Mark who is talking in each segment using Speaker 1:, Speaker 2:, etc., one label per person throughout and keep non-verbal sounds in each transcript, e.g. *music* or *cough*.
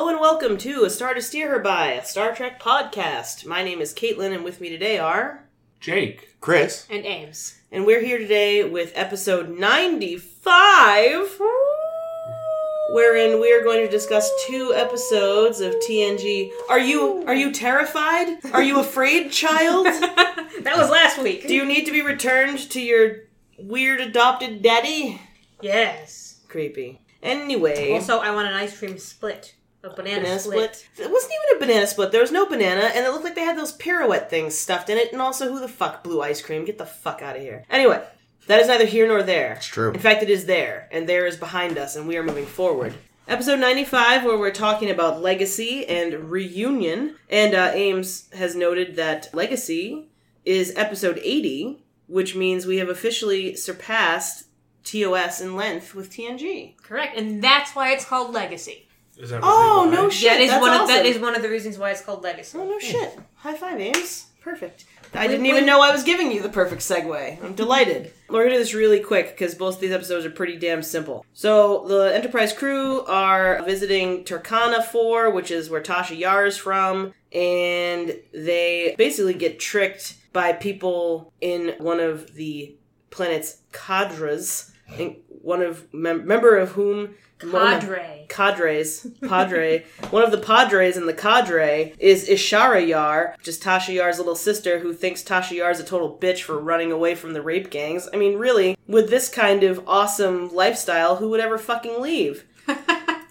Speaker 1: Welcome to A Star to Steer Her By, a Star Trek podcast. My name is Caitlin, and with me today are.
Speaker 2: Jake.
Speaker 3: Chris.
Speaker 4: and Ames.
Speaker 1: And we're here today with episode 95, wherein we are going to discuss two episodes of TNG. Are you are you terrified? Are you afraid, child?
Speaker 4: That was last week.
Speaker 1: Do you need to be returned to your weird adopted daddy?
Speaker 4: yes.
Speaker 1: Creepy. Anyway,
Speaker 4: Also, I want an ice cream split, a banana,
Speaker 1: banana
Speaker 4: split.
Speaker 1: split. It wasn't even a banana split. There was no banana, and it looked like they had those pirouette things stuffed in it. And also, who the fuck blew ice cream? Get the fuck out of here. Anyway, that is neither here nor there. It's
Speaker 3: true.
Speaker 1: In fact, it is there, and there is behind us, and we are moving forward. Episode 95, where we're talking about legacy and reunion. And uh, Ames has noted that legacy is episode 80, which means we have officially surpassed TOS in length with TNG.
Speaker 4: Correct, and that's why it's called Legacy.
Speaker 2: Is that
Speaker 1: Oh,
Speaker 2: really
Speaker 1: no
Speaker 2: why?
Speaker 1: shit.
Speaker 4: Yeah, it is
Speaker 1: that's
Speaker 4: one of that
Speaker 1: awesome.
Speaker 4: is one of the reasons why it's called Legacy.
Speaker 1: Oh no shit! High five, Ames. Perfect. I didn't
Speaker 4: Wink,
Speaker 1: even
Speaker 4: wink.
Speaker 1: know I was giving you the perfect segue. I'm delighted. *laughs* We're gonna do this really quick because both of these episodes are pretty damn simple. So the Enterprise crew are visiting Turkana Four, which is where Tasha Yar is from, and they basically get tricked by people in one of the planet's cadres, and one of mem- member of whom one of-
Speaker 4: Padre.
Speaker 1: cadres, padre. *laughs* One of the padres in the cadre is Ishara Yar, which is Tasha Yar's little sister who thinks Tasha Yar's a total bitch for running away from the rape gangs. I mean, really, with this kind of awesome lifestyle, who would ever fucking leave?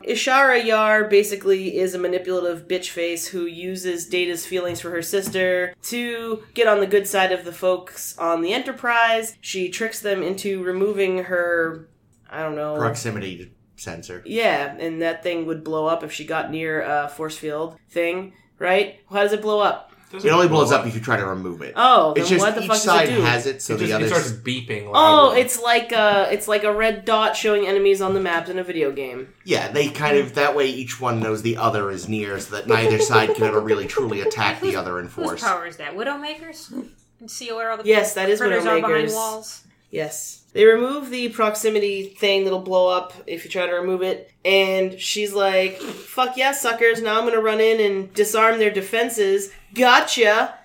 Speaker 1: Ishara Yar basically is a manipulative bitch face who uses Data's feelings for her sister to get on the good side of the folks on the Enterprise. She tricks them into removing her, I don't know,
Speaker 3: Proximity sensor.
Speaker 1: yeah, and that thing would blow up if she got near a force field thing, right? How does it blow up?
Speaker 2: Doesn't
Speaker 3: It only blows
Speaker 2: blow
Speaker 3: up if you try to remove it.
Speaker 1: Oh, then
Speaker 3: it's just
Speaker 1: what the
Speaker 3: each
Speaker 1: fuck
Speaker 3: side
Speaker 1: does it do?
Speaker 3: has it, so
Speaker 2: it,
Speaker 3: the
Speaker 2: just, it starts
Speaker 3: others.
Speaker 2: beeping.
Speaker 1: oh,
Speaker 2: loudly.
Speaker 1: it's like a it's like a red dot showing enemies on the maps in a video game.
Speaker 3: Yeah, they kind of that way. Each one knows the other is near, so
Speaker 1: *laughs*
Speaker 3: that neither side can ever really truly attack the other in
Speaker 4: Whose
Speaker 3: force.
Speaker 4: power is that? *laughs* Widowmakers? And see where all the
Speaker 1: Yes, that is
Speaker 4: critters are behind
Speaker 1: Widowmakers.
Speaker 4: walls.
Speaker 1: Yes. They remove the proximity thing that'll blow up if you try to remove it. And she's like, fuck yeah, suckers. Now I'm going to run in and disarm their defenses. Gotcha.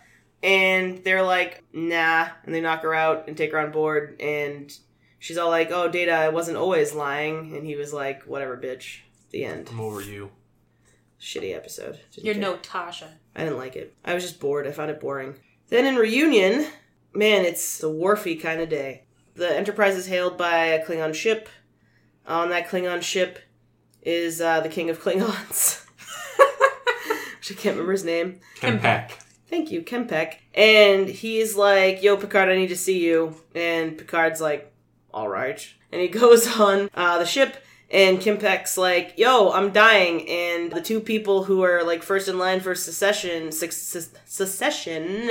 Speaker 1: And they're like, nah. And they knock her out and take her on board. And she's all like, oh, Data, I wasn't always lying. And he was like, whatever, bitch. The end.
Speaker 2: I'm over you.
Speaker 1: Shitty episode. Didn't
Speaker 4: You're
Speaker 1: care.
Speaker 4: no Tasha.
Speaker 1: I didn't like it. I was just bored. I found it boring. Then in Reunion, man, it's the wharfy kind of day. The Enterprise is hailed by a Klingon ship. On that Klingon ship is uh, the King of Klingons, *laughs* which I can't remember his name.
Speaker 2: Come back.
Speaker 1: Thank you, Kempek. And he's like, Yo, Picard, I need to see you. And Picard's like, All right. And he *laughs* goes on uh, the ship. And Kempek's like, yo, I'm dying. And the two people who are like first in line for secession, suc- suc- secession,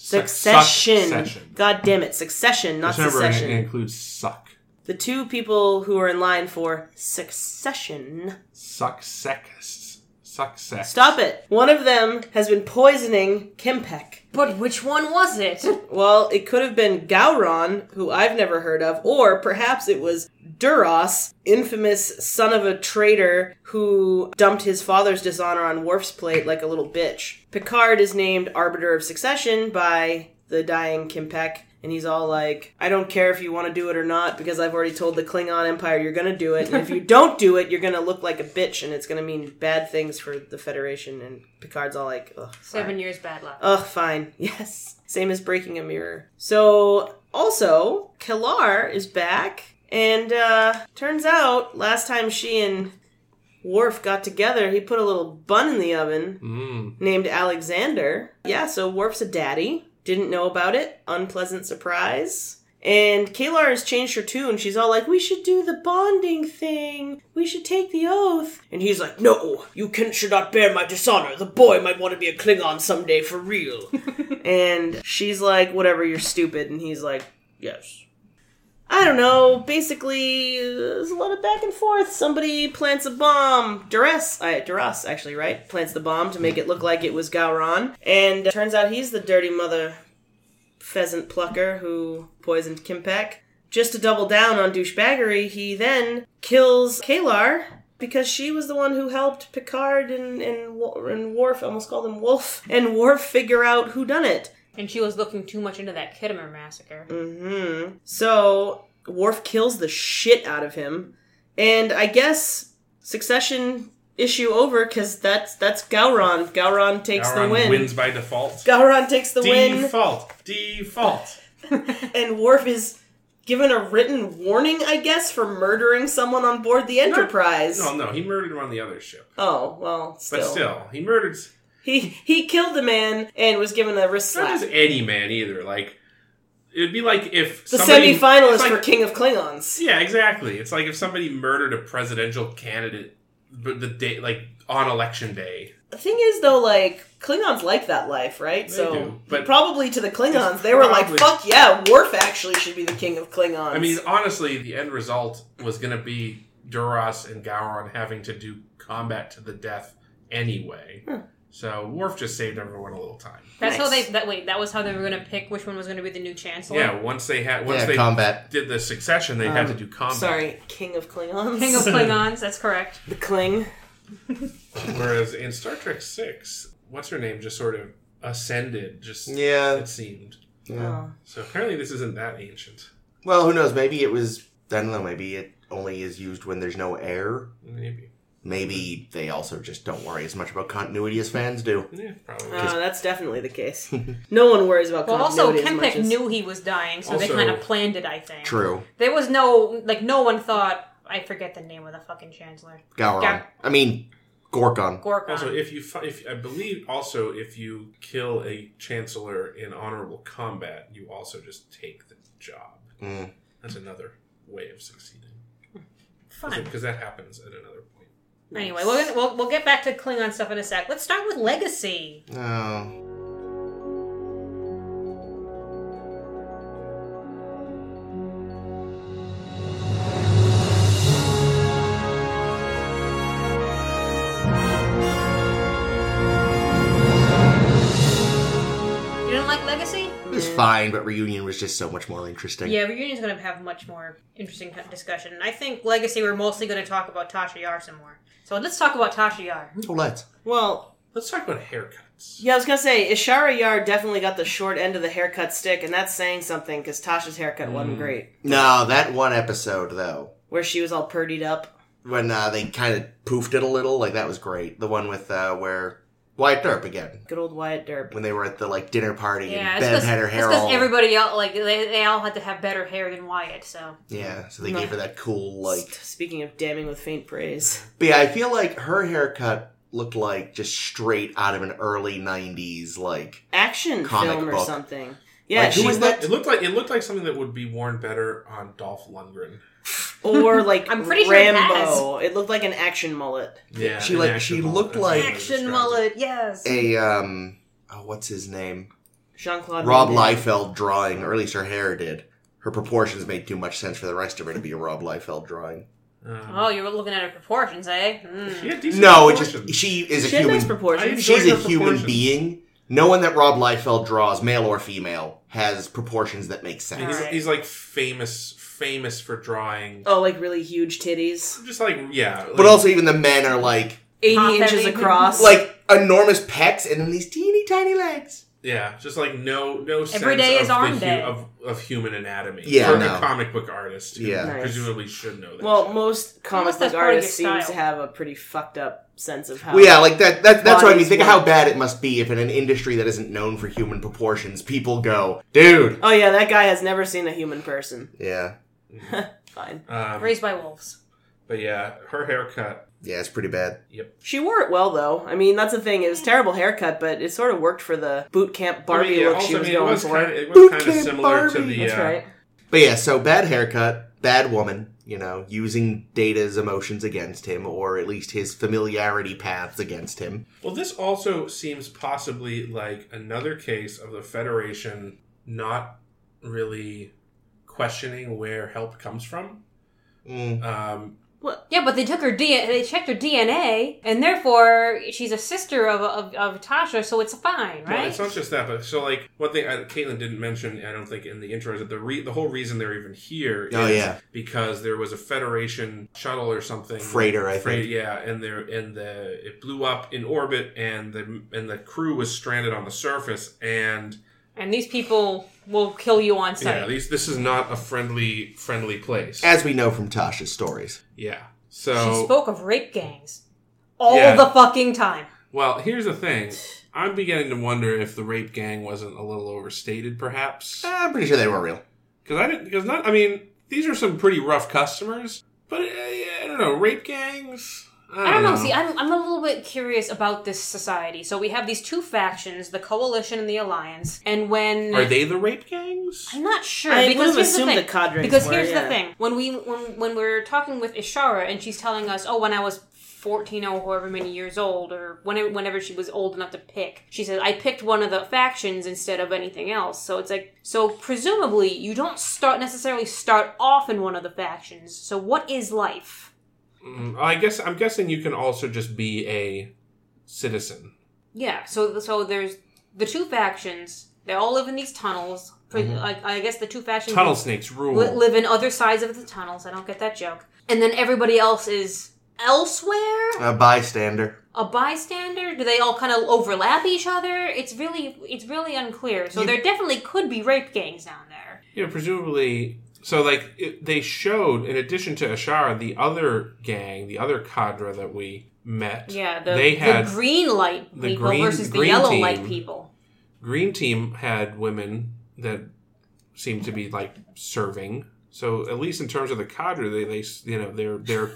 Speaker 1: succession.
Speaker 2: Succession.
Speaker 1: God damn it, succession, not
Speaker 2: Just remember, it-
Speaker 1: secession.
Speaker 2: it includes suck.
Speaker 1: The two people who are in line for succession
Speaker 2: Suck sex. Suck sex.
Speaker 1: Stop it. One of them has been poisoning Kimpek.
Speaker 4: But which one was *laughs* it?
Speaker 1: Well, it could have been Gowron, who I've never heard of, or perhaps it was Duros, infamous son of a traitor who dumped his father's dishonor on Worf's plate like a little bitch. Picard is named Arbiter of Succession by the dying Kimpek. And he's all like, I don't care if you want to do it or not because I've already told the Klingon Empire you're going to do it. And if you don't do it, you're going to look like a bitch and it's going to mean bad things for the Federation. And Picard's all like, ugh.
Speaker 4: Seven years bad luck.
Speaker 1: Ugh, fine. *laughs* Yes. Same as breaking a mirror. So, also, Kellar is back, and uh, turns out last time she and Worf got together, he put a little bun in the oven
Speaker 2: Mm.
Speaker 1: named Alexander. Yeah, so Worf's a daddy. Didn't know about it. Unpleasant surprise. And Kalar has changed her tune. She's all like, we should do the bonding thing. We should take the oath. And he's like, no, you can, should not bear my dishonor. The boy might want to be a Klingon someday for real. and she's like, whatever, you're stupid. And he's like, yes. I don't know. Basically, uh, there's a lot of back and forth. Somebody plants a bomb. Duras, uh, Duras, actually, right? Plants the bomb to make it look like it was Gowron. And uh, turns out he's the dirty mother pheasant plucker who poisoned Kimpek. Just to double down on douchebaggery, he then kills Kalar because she was the one who helped Picard and and Wo- and Worf, I almost called him Wolf, and Worf figure out who done it.
Speaker 4: And she was looking too much into that Kittimer massacre.
Speaker 3: Mm.
Speaker 1: hmm So Worf kills the shit out of him, and I guess Succession issue over because that's that's Gowron. Gowron takes
Speaker 5: Gowron
Speaker 1: the win.
Speaker 5: wins by default.
Speaker 1: Gowron takes the win,
Speaker 5: default. Default.
Speaker 1: and Worf is given a written warning, I guess, for murdering someone on board the Enterprise.
Speaker 5: No, no, he murdered him on the other ship.
Speaker 1: Oh well,
Speaker 5: But
Speaker 1: still.
Speaker 5: still, he murdered s-
Speaker 1: he he killed the man and was given a wrist
Speaker 5: not
Speaker 1: slap.
Speaker 5: just any man either. Like it'd be like if
Speaker 1: The
Speaker 5: somebody,
Speaker 1: semifinalist
Speaker 5: it's like-
Speaker 1: for King of Klingons.
Speaker 5: Yeah, exactly. It's like if somebody murdered a presidential candidate, but the day like on election day.
Speaker 1: The thing is, though, like Klingons like that life, right?
Speaker 5: They
Speaker 1: so
Speaker 5: do, but-
Speaker 1: probably to the Klingons,
Speaker 5: It's
Speaker 1: they were like,
Speaker 5: probably-
Speaker 1: "Fuck yeah, Worf actually should be the King of Klingons."
Speaker 5: I mean, honestly, the end result was going to be Duras and Gowron having to do combat to the death anyway. So Worf just saved everyone a little time.
Speaker 4: That's how they.
Speaker 1: Nice.
Speaker 4: That wait, that was how they were gonna pick which one was gonna be the new chancellor.
Speaker 5: Yeah, once they had once
Speaker 3: yeah,
Speaker 5: they
Speaker 3: combat.
Speaker 5: did the succession, they had to
Speaker 1: Um,
Speaker 5: do combat.
Speaker 1: sorry, King of Klingons,
Speaker 4: King
Speaker 3: *laughs*
Speaker 4: of Klingons. That's correct.
Speaker 1: the Kling.
Speaker 5: Whereas in Star Trek Six, what's her name just sort of ascended. Just
Speaker 3: Yeah.
Speaker 5: it seemed.
Speaker 3: yeah.
Speaker 1: Oh.
Speaker 5: So apparently, this isn't that ancient.
Speaker 3: Well, who knows? Maybe it was. I don't know. Maybe it only is used when there's no air.
Speaker 5: Maybe.
Speaker 3: Maybe they also just don't worry as much about continuity as fans do.
Speaker 5: Yeah, probably.
Speaker 1: Uh, that's definitely the
Speaker 5: *laughs*
Speaker 1: case. No one worries about.
Speaker 4: Well, also
Speaker 1: continuity as much
Speaker 4: Kenpeck
Speaker 1: as-
Speaker 4: knew he was dying, so they
Speaker 5: Also-
Speaker 4: kind of planned it. I think.
Speaker 3: True.
Speaker 4: There was no like no one thought. I forget the name of the fucking chancellor.
Speaker 3: Gowron.
Speaker 4: Ga-
Speaker 3: I mean, Gorkon.
Speaker 4: Gorkon.
Speaker 5: Also, if you, fi- if I believe, also if you kill a chancellor in honorable combat, you also just take the job.
Speaker 3: Mm.
Speaker 5: That's another way of succeeding
Speaker 4: Fun.
Speaker 5: because that happens at another point.
Speaker 4: Anyway, we're gonna, we'll we'll get back to Klingon stuff in a sec. Let's start with legacy.
Speaker 3: Oh.
Speaker 4: You don't like legacy?
Speaker 3: It was fine, but Reunion was just so much more interesting.
Speaker 4: Yeah, reunion's going to have much more interesting co- discussion. I think legacy. We're mostly going to talk about Tasha Yar some more. So let's talk about Tasha Yar.
Speaker 3: Oh, let's.
Speaker 1: Well,
Speaker 5: Let's talk about haircuts.
Speaker 1: yeah, I was gonna say Ishara Yar definitely got the short end of the haircut stick, and that's saying something because Tasha's haircut
Speaker 3: Mm.
Speaker 1: wasn't great,
Speaker 3: No, that one episode, though,
Speaker 1: where she was all purdied up.
Speaker 3: when uh, they kind of poofed it a little, like, that was great. The one with uh, where Wyatt Earp again,
Speaker 1: Good old Wyatt Derp.
Speaker 3: when they were at the, like, dinner party
Speaker 4: Yeah,
Speaker 3: and
Speaker 4: it's
Speaker 3: Bev
Speaker 4: because
Speaker 3: had her hair all.
Speaker 4: everybody else like they, they all had to have better hair than Wyatt. So
Speaker 3: Yeah, so they gave her that cool, like.
Speaker 1: Speaking of damning with faint praise,
Speaker 3: But yeah, I feel like her haircut looked like just straight out of an early 90s, like.
Speaker 1: action
Speaker 3: Comic
Speaker 1: film or
Speaker 3: book.
Speaker 1: something. Yeah,
Speaker 3: Like, who
Speaker 1: she
Speaker 3: was
Speaker 1: was
Speaker 3: that?
Speaker 5: It looked like it looked like something that would be worn better on Dolph Lundgren.
Speaker 3: *laughs*
Speaker 1: or like
Speaker 4: I'm pretty sure it
Speaker 1: Rambo. it looked like an action mullet.
Speaker 5: Yeah,
Speaker 3: She
Speaker 5: an
Speaker 3: like-
Speaker 5: action
Speaker 3: she
Speaker 5: mullet.
Speaker 3: looked
Speaker 5: That's how
Speaker 3: like-
Speaker 5: I described
Speaker 4: action
Speaker 5: it.
Speaker 4: mullet, yes.
Speaker 3: a um oh, what's his name
Speaker 1: Jean Claude
Speaker 3: rob
Speaker 1: Van Damme.
Speaker 3: liefeld drawing or at least her hair did her proportions made too much sense for the rest of her to be a rob liefeld drawing
Speaker 5: Um,
Speaker 4: Oh, you were looking at her proportions, eh? Mm.
Speaker 5: she had decent
Speaker 3: no it just
Speaker 5: proportions.
Speaker 3: she is a
Speaker 1: She had nice
Speaker 3: human
Speaker 1: proportions.
Speaker 5: I
Speaker 3: she's a
Speaker 5: enjoyed her
Speaker 3: human
Speaker 5: proportions.
Speaker 3: being no one that rob liefeld draws male or female has proportions that make
Speaker 5: And
Speaker 3: sense
Speaker 5: he's,
Speaker 4: Alright.
Speaker 5: he's like famous, famous for drawing.
Speaker 1: Oh, like really huge titties,
Speaker 5: Just like yeah, like,
Speaker 3: but also even the men are like
Speaker 1: eighty
Speaker 4: Top *laughs*
Speaker 1: inches
Speaker 4: heavy.
Speaker 1: across.
Speaker 3: like enormous pecs and then these teeny tiny legs
Speaker 5: Yeah, just like no, no. sense
Speaker 4: Every day
Speaker 5: of
Speaker 4: is arm
Speaker 5: the hu-
Speaker 4: day.
Speaker 5: of, of human anatomy.
Speaker 3: Yeah,
Speaker 5: for
Speaker 3: no.
Speaker 5: a comic book artist, who
Speaker 3: Yeah.
Speaker 1: Nice.
Speaker 5: presumably should know that.
Speaker 1: well, most comic book
Speaker 4: that's part of your
Speaker 1: artists seem
Speaker 4: style.
Speaker 1: to have a pretty fucked up sense of how.
Speaker 3: well, yeah like that, that that's what
Speaker 1: Oh.
Speaker 3: i mean
Speaker 1: Bodies
Speaker 3: think of how
Speaker 1: work.
Speaker 3: bad it must be if in an industry that isn't known for human proportions people go dude
Speaker 1: Oh yeah, that guy has never seen a human person.
Speaker 3: yeah
Speaker 1: Fine.
Speaker 5: um,
Speaker 4: Raised by wolves.
Speaker 5: but yeah, her haircut.
Speaker 3: yeah it's pretty bad
Speaker 1: She wore it well though. I mean, that's the thing. It was a terrible haircut, but it sort of worked for the boot camp Barbie
Speaker 5: I mean, yeah,
Speaker 1: look
Speaker 5: also,
Speaker 1: she was
Speaker 5: I mean,
Speaker 1: going
Speaker 5: it was
Speaker 1: for.
Speaker 5: Kind of, it
Speaker 3: Boot
Speaker 5: was kind
Speaker 3: camp
Speaker 5: of similar to
Speaker 3: Barbie.
Speaker 5: the.
Speaker 1: That's
Speaker 5: uh,
Speaker 1: right.
Speaker 3: But yeah, so bad haircut, bad woman, you know, using Data's emotions against him, or at least his familiarity paths against him.
Speaker 5: Well, this also seems possibly like another case of the Federation not really questioning where help comes from.
Speaker 3: Mm.
Speaker 5: Um,
Speaker 1: What?
Speaker 4: Yeah, but they took her DNA. They checked her DNA, and therefore she's a sister of of, of Tasha, so it's fine,
Speaker 5: Well,
Speaker 4: right?
Speaker 5: it's not just that, but so like one thing uh, Caitlin didn't mention, I don't think in the intro, is that the re- the whole reason they're even here is
Speaker 3: Oh, yeah.
Speaker 5: because there was a Federation shuttle or something
Speaker 3: Freighter, I
Speaker 5: Freight-
Speaker 3: think.
Speaker 5: yeah, and there and the it blew up in orbit, and the and the crew was stranded on the surface, and
Speaker 4: and these people will kill you on
Speaker 5: yeah,
Speaker 4: sight.
Speaker 5: these this is not a friendly friendly place.
Speaker 3: As we know from Tasha's stories.
Speaker 5: yeah,
Speaker 4: she
Speaker 5: so
Speaker 4: spoke of rape gangs all
Speaker 5: Yeah.
Speaker 4: the fucking time.
Speaker 5: well, here's the thing. I'm beginning to wonder if the rape gang wasn't a little overstated, perhaps.
Speaker 3: Eh, I'm pretty sure they were real.
Speaker 5: Because I didn't. Because not. I mean, these are some pretty rough customers. But uh, yeah, I don't know. Rape gangs. I don't,
Speaker 4: I don't know. See, I'm, I'm a little bit curious about this society. So we have these two factions, the Coalition and the Alliance. And when
Speaker 5: are they the rape gangs?
Speaker 4: I'm not sure
Speaker 1: I would
Speaker 4: because
Speaker 1: have
Speaker 4: here's the
Speaker 1: assumed
Speaker 4: thing.
Speaker 1: the cadres
Speaker 4: because
Speaker 1: were,
Speaker 4: here's
Speaker 1: yeah.
Speaker 4: the thing: when we when when we're talking with Ishara and she's telling us, "Oh, when I was 14 or however many years old, or whenever whenever she was old enough to pick," she says, "I picked one of the factions instead of anything else." So it's like, so presumably you don't start necessarily start off in one of the factions. So what is life?
Speaker 5: Mm, I guess. I'm guessing you can also just be a citizen.
Speaker 4: Yeah. So so there's the two factions. They all live in these tunnels. Pre- I, I guess the two factions
Speaker 5: Tunnel snakes rule.
Speaker 4: Mhm. li- live in other sides of the tunnels. I don't get that joke. And then everybody else is elsewhere.
Speaker 5: Uh.
Speaker 3: A bystander.
Speaker 4: A bystander? Do they all kind of overlap each other? It's really, it's really unclear. So
Speaker 5: You-
Speaker 4: there definitely could be rape gangs down there.
Speaker 5: Yeah, presumably. So, like, it, they showed, in addition to Ashara, the other gang, the other cadre that we met.
Speaker 4: Yeah, the,
Speaker 5: they had
Speaker 4: the green light
Speaker 5: the
Speaker 4: people
Speaker 5: green-
Speaker 4: versus the
Speaker 5: green
Speaker 4: yellow
Speaker 5: team.
Speaker 4: light people.
Speaker 5: Green Team had women that seemed to be like serving. So at least in terms of the cadre, they, they you know they're they're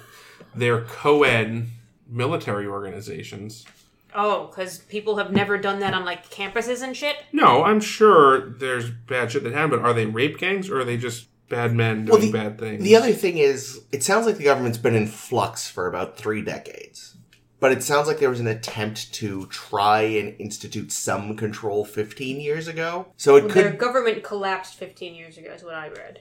Speaker 5: they're co-ed military organizations.
Speaker 4: Oh, because people have never done that on like campuses and shit.
Speaker 5: No, I'm sure there's bad shit that happened, but are they rape gangs or are they just bad men
Speaker 3: Well,
Speaker 5: doing
Speaker 3: the-
Speaker 5: bad things?
Speaker 3: The other thing is, it sounds like the government's been in flux for about three decades. But it sounds like there was an attempt to try and institute some control 15 years ago. So it
Speaker 4: Their
Speaker 3: could.
Speaker 4: government collapsed 15 years ago, is what I read.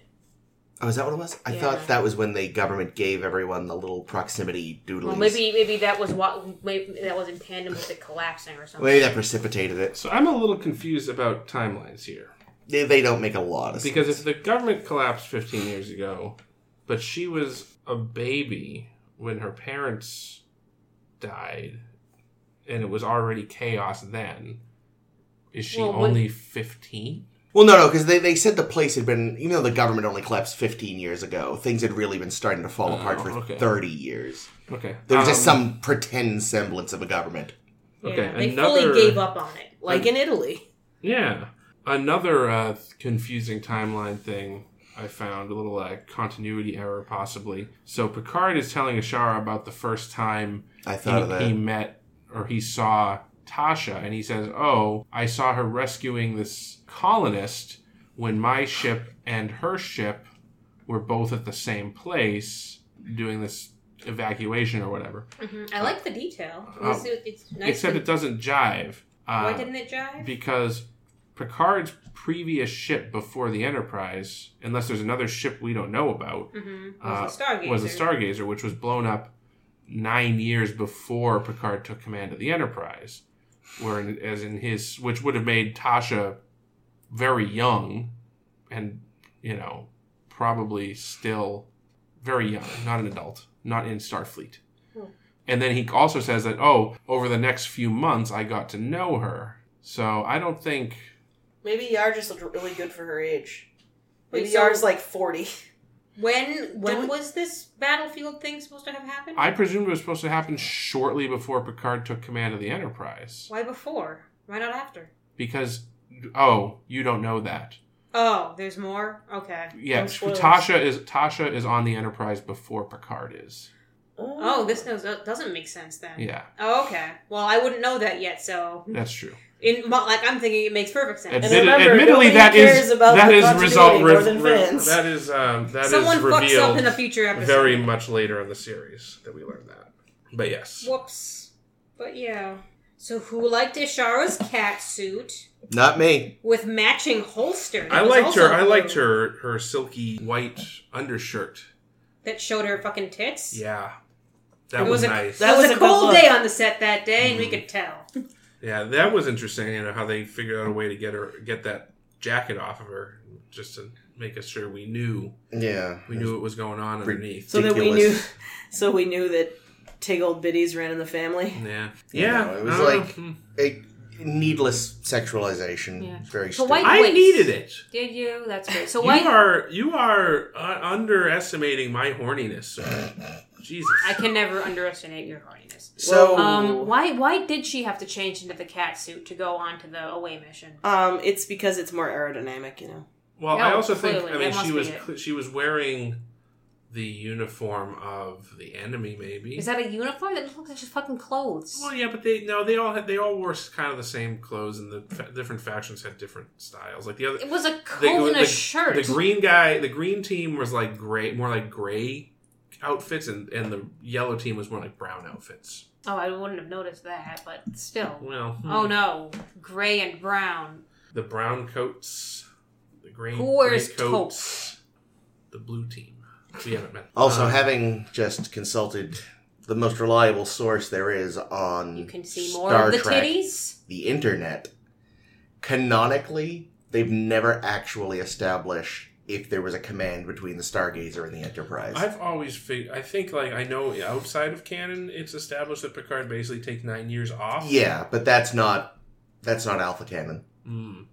Speaker 3: Oh, is that what it was? I
Speaker 4: Yeah.
Speaker 3: thought that was when the government gave everyone the little proximity doodlies.
Speaker 4: Well, maybe maybe that was what maybe that was in tandem with it collapsing or something.
Speaker 3: Maybe that precipitated it.
Speaker 5: so I'm a little confused about timelines here
Speaker 3: They, they don't make a lot of sense.
Speaker 5: because if the government collapsed 15 years ago, but she was a baby when her parents died and it was already chaos then is she
Speaker 4: Well, what-
Speaker 5: only 15
Speaker 3: Well, no, no, because they, they said the place had been, even though the government only collapsed 15 years ago, things had really been starting to fall
Speaker 5: Oh,
Speaker 3: apart for
Speaker 5: okay.
Speaker 3: 30 years.
Speaker 5: okay
Speaker 3: There was just
Speaker 5: Um,
Speaker 3: some pretend semblance of a government.
Speaker 5: Okay,
Speaker 4: yeah, they
Speaker 5: another-
Speaker 4: fully gave up on it.
Speaker 1: Like in Italy.
Speaker 5: yeah another uh, confusing timeline thing i found a little uh, continuity error possibly so picard is telling ashara about the first time
Speaker 3: I thought of that.
Speaker 5: he, he met or he saw Tasha and he says, Oh, I saw her rescuing this colonist when my ship and her ship were both at the same place doing this evacuation or whatever.
Speaker 4: Mhm. I like the detail. It was- it's nice.
Speaker 5: Except
Speaker 4: to-
Speaker 5: Uh, it doesn't jive. Uh,
Speaker 4: why didn't it jive?
Speaker 5: because Picard's previous ship before the Enterprise, unless there's another ship we don't know about,
Speaker 4: hmm
Speaker 5: uh,
Speaker 4: Was a stargazer.
Speaker 5: was a Stargazer, which was blown up nine years before Picard took command of the Enterprise, where in- as in his, which would have made Tasha very young, and you know, probably still very young, not an adult, not in Starfleet.
Speaker 4: Hmm.
Speaker 5: And then he also says that, oh, over the next few months, I got to know her. So I don't think
Speaker 1: Maybe Yar just looked really good for her age. Maybe
Speaker 4: Wait, so-
Speaker 1: Yar's like 40.
Speaker 4: When when
Speaker 1: Don't-
Speaker 4: was this battlefield thing supposed to have happened?
Speaker 5: I presume it was supposed to happen shortly before Picard took command of the Enterprise.
Speaker 4: Why before? Why not after?
Speaker 5: because oh you don't know that
Speaker 4: Oh, there's more. Okay.
Speaker 5: yeah
Speaker 1: No spoilers.
Speaker 5: tasha is tasha is on the enterprise before picard is
Speaker 4: Oh, this knows, that doesn't make sense then.
Speaker 5: yeah
Speaker 4: Oh, okay. Well, I wouldn't know that yet. So,
Speaker 5: that's true
Speaker 4: in my, like, I'm thinking it makes perfect sense.
Speaker 5: Admit-
Speaker 1: And remember,
Speaker 5: admittedly
Speaker 1: nobody
Speaker 5: that is-
Speaker 1: cares about
Speaker 5: that
Speaker 1: the
Speaker 5: is
Speaker 1: continuity
Speaker 5: result
Speaker 1: more
Speaker 5: re-
Speaker 1: than
Speaker 5: re-
Speaker 1: fans.
Speaker 5: that is um that is
Speaker 4: Someone fucks up
Speaker 5: revealed
Speaker 4: in a future episode.
Speaker 5: very much later in the series that we learned that but yes
Speaker 4: Whoops. But yeah. So, who liked Ishara's cat suit
Speaker 3: Not me.
Speaker 4: with matching holster? that
Speaker 5: i
Speaker 4: was
Speaker 5: liked
Speaker 4: also
Speaker 5: her i liked
Speaker 4: blue?
Speaker 5: her her silky white undershirt
Speaker 4: that showed her fucking tits.
Speaker 5: Yeah.
Speaker 4: It
Speaker 5: That
Speaker 4: was
Speaker 5: was,
Speaker 4: a-
Speaker 5: nice.
Speaker 1: That
Speaker 4: it was,
Speaker 1: was
Speaker 4: a
Speaker 1: a good
Speaker 4: cold
Speaker 1: look.
Speaker 4: day on the set that day,
Speaker 5: Mm.
Speaker 4: and we could tell.
Speaker 5: yeah, that was interesting, you know, how they figured out a way to get her get that jacket off of her just to make us sure we knew
Speaker 3: Yeah.
Speaker 5: we knew what was going on
Speaker 3: Re-
Speaker 5: underneath.
Speaker 1: So that we knew,
Speaker 3: Ridiculous.
Speaker 1: so we knew that Tig old biddies ran in the family.
Speaker 5: Yeah.
Speaker 3: Yeah,
Speaker 5: Yeah.
Speaker 3: no, it was
Speaker 5: I don't
Speaker 3: like-
Speaker 5: know. Hmm.
Speaker 3: A needless sexualization.
Speaker 4: Yeah.
Speaker 3: It's very
Speaker 4: So
Speaker 3: stupid.
Speaker 4: why-
Speaker 5: I
Speaker 4: Waist.
Speaker 5: needed it.
Speaker 4: Did you? That's great. So
Speaker 5: You
Speaker 4: why?
Speaker 5: are you are uh, underestimating my horniness, sir. Jesus.
Speaker 4: I can never underestimate your horniness.
Speaker 5: Oh.
Speaker 3: so
Speaker 4: Um, why? Why did she have to change into the cat suit to go on to the away mission?
Speaker 1: Um, it's because it's more aerodynamic, you know.
Speaker 5: Well,
Speaker 4: No,
Speaker 5: I also think
Speaker 4: clearly,
Speaker 5: I
Speaker 4: that
Speaker 5: mean
Speaker 4: must
Speaker 5: she
Speaker 4: be
Speaker 5: was
Speaker 4: it.
Speaker 5: cl- she was wearing the uniform of the enemy, maybe.
Speaker 4: Is that a uniform? That looks like just fucking clothes.
Speaker 5: well, yeah, but they no, they all had they all wore kind of the same clothes, and the fa- different factions had different styles. Like the other,
Speaker 4: It was a coat
Speaker 5: the,
Speaker 4: and a
Speaker 5: the-
Speaker 4: shirt.
Speaker 5: the green guy, the green team was like gray, more like gray outfits, and and the yellow team was more like brown outfits.
Speaker 4: oh, I wouldn't have noticed that, but still.
Speaker 5: Well, hmm.
Speaker 4: Oh no, gray and brown.
Speaker 5: the brown coats, the green
Speaker 4: Who wears
Speaker 5: gray coats, the blue team. We haven't met.
Speaker 3: also
Speaker 5: Um,
Speaker 3: having just consulted the most reliable source there is on
Speaker 4: You can see more
Speaker 3: Star
Speaker 4: of the
Speaker 3: Trek,
Speaker 4: titties.
Speaker 3: the internet. Canonically, they've never actually established if there was a command between the Stargazer and the Enterprise.
Speaker 5: I've always figured. I think like I know outside of canon, it's established that Picard basically takes nine years off.
Speaker 3: Yeah, but that's not that's not Alpha Cannon.
Speaker 5: Mm.